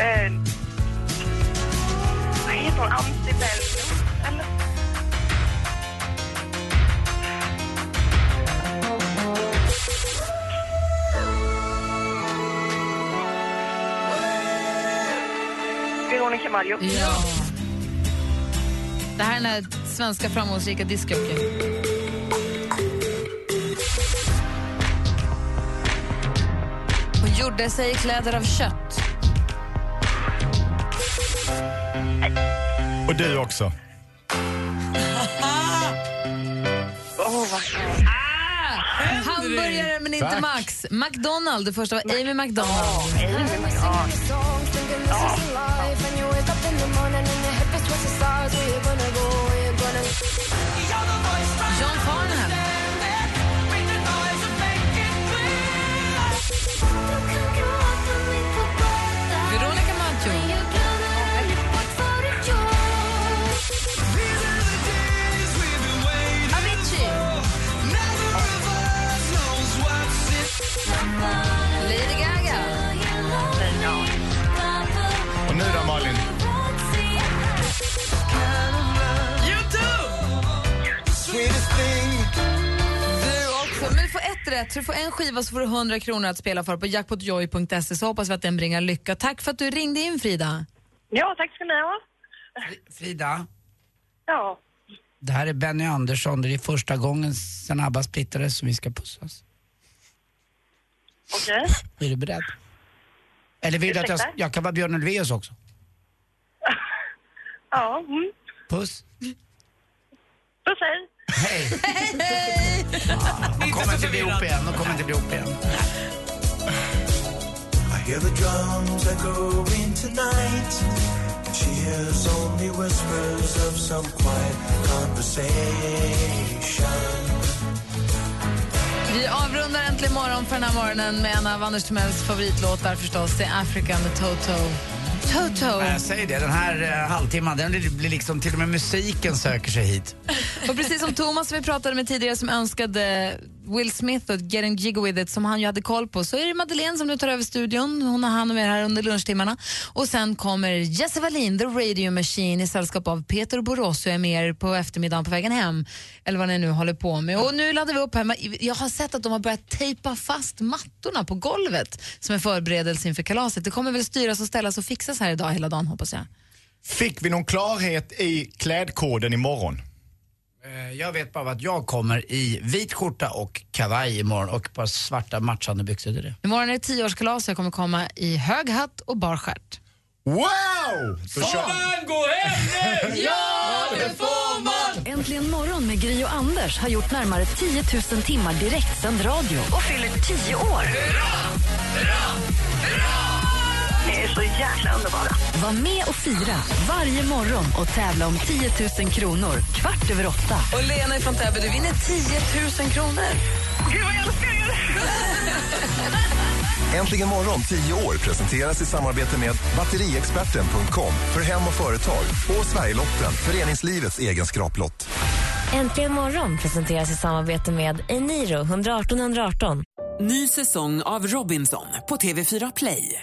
[SPEAKER 4] eh, vad heter hon? Antti Belgium? Eller? Veronica Maggio.
[SPEAKER 5] Ja. Det här är den här svenska framgångsrika discjockeyn. Hon gjorde sig i kläder av kött.
[SPEAKER 6] Och du också.
[SPEAKER 5] Ah, Hamburgare men inte
[SPEAKER 6] Tack.
[SPEAKER 5] Max. McDonald, det första var Amy McDonald. John Farnham. Veronica Maggio. Avicii. Lady Gaga.
[SPEAKER 6] Och nu då Malin?
[SPEAKER 5] Du också. Men du får ett rätt. Du får en skiva så får du 100 kronor att spela för på jackpotjoy.se E. så hoppas vi att den bringar lycka. Tack för att du ringde in Frida.
[SPEAKER 4] Ja, tack ska ni ha.
[SPEAKER 10] Frida,
[SPEAKER 4] Ja.
[SPEAKER 10] det här är Benny Andersson. Det är första gången sen ABBA splittrades som vi ska pussas.
[SPEAKER 4] Okej.
[SPEAKER 10] Är du beredd? Eller vill du att jag,
[SPEAKER 4] Ursäkta?
[SPEAKER 10] jag kan vara Björn Ulvaeus också?
[SPEAKER 4] Ja. Mm.
[SPEAKER 10] Puss.
[SPEAKER 4] Puss, hej.
[SPEAKER 5] Hej!
[SPEAKER 10] De kommer inte bli ihop igen. De kommer inte bli ihop igen.
[SPEAKER 8] I hear the drums echoing tonight. And she hears only whispers of some quiet conversation.
[SPEAKER 5] Vi avrundar äntligen morgon för den här morgonen med en av Anders Timells favoritlåtar förstås. Det är Africa med Toto. Toto.
[SPEAKER 10] Nej, jag säger det. Den här eh, halvtimman, den blir blir liksom, till och med musiken söker sig hit.
[SPEAKER 5] Och precis som Thomas som vi pratade med tidigare som önskade Will Smith och Getting Jiggy With It som han ju hade koll på så är det Madeleine som nu tar över studion. Hon har hand om er här under lunchtimmarna. Och sen kommer Jesse Wallin, The Radio Machine i sällskap av Peter Borås och är med er på eftermiddagen på vägen hem. Eller vad ni nu håller på med. Och nu laddar vi upp hemma. Jag har sett att de har börjat tejpa fast mattorna på golvet som en förberedelse inför kalaset. Det kommer väl styras och ställas och fixas här idag hela dagen hoppas jag.
[SPEAKER 6] Fick vi någon klarhet i klädkoden imorgon?
[SPEAKER 10] Eh, Jag vet bara att jag kommer i vit skjorta och kavaj imorgon och ett par svarta matchande byxor till det.
[SPEAKER 5] Imorgon är det tioårskalas och jag kommer komma i hög hatt och barstjärt.
[SPEAKER 6] Wow!
[SPEAKER 1] gå hem nu!
[SPEAKER 5] Ja,
[SPEAKER 1] det får man! Äntligen morgon med Gry och Anders har gjort närmare 10 000 timmar direktsänd radio och fyller 10 år.
[SPEAKER 4] Ni är så jäkla underbara.
[SPEAKER 1] Var med och fira varje morgon och tävla om 10 000 kronor kvart över åtta.
[SPEAKER 2] Och Lena från Täby, du vinner 10 000 kronor. Gud, vad jag älskar er!
[SPEAKER 15] Äntligen morgon 10 år presenteras i samarbete med batteriexperten.com för hem och företag och Sverigelotten, föreningslivets egen skraplott.
[SPEAKER 16] Äntligen morgon presenteras i samarbete med Eniro 118 118.
[SPEAKER 7] Ny säsong av Robinson på TV4 Play.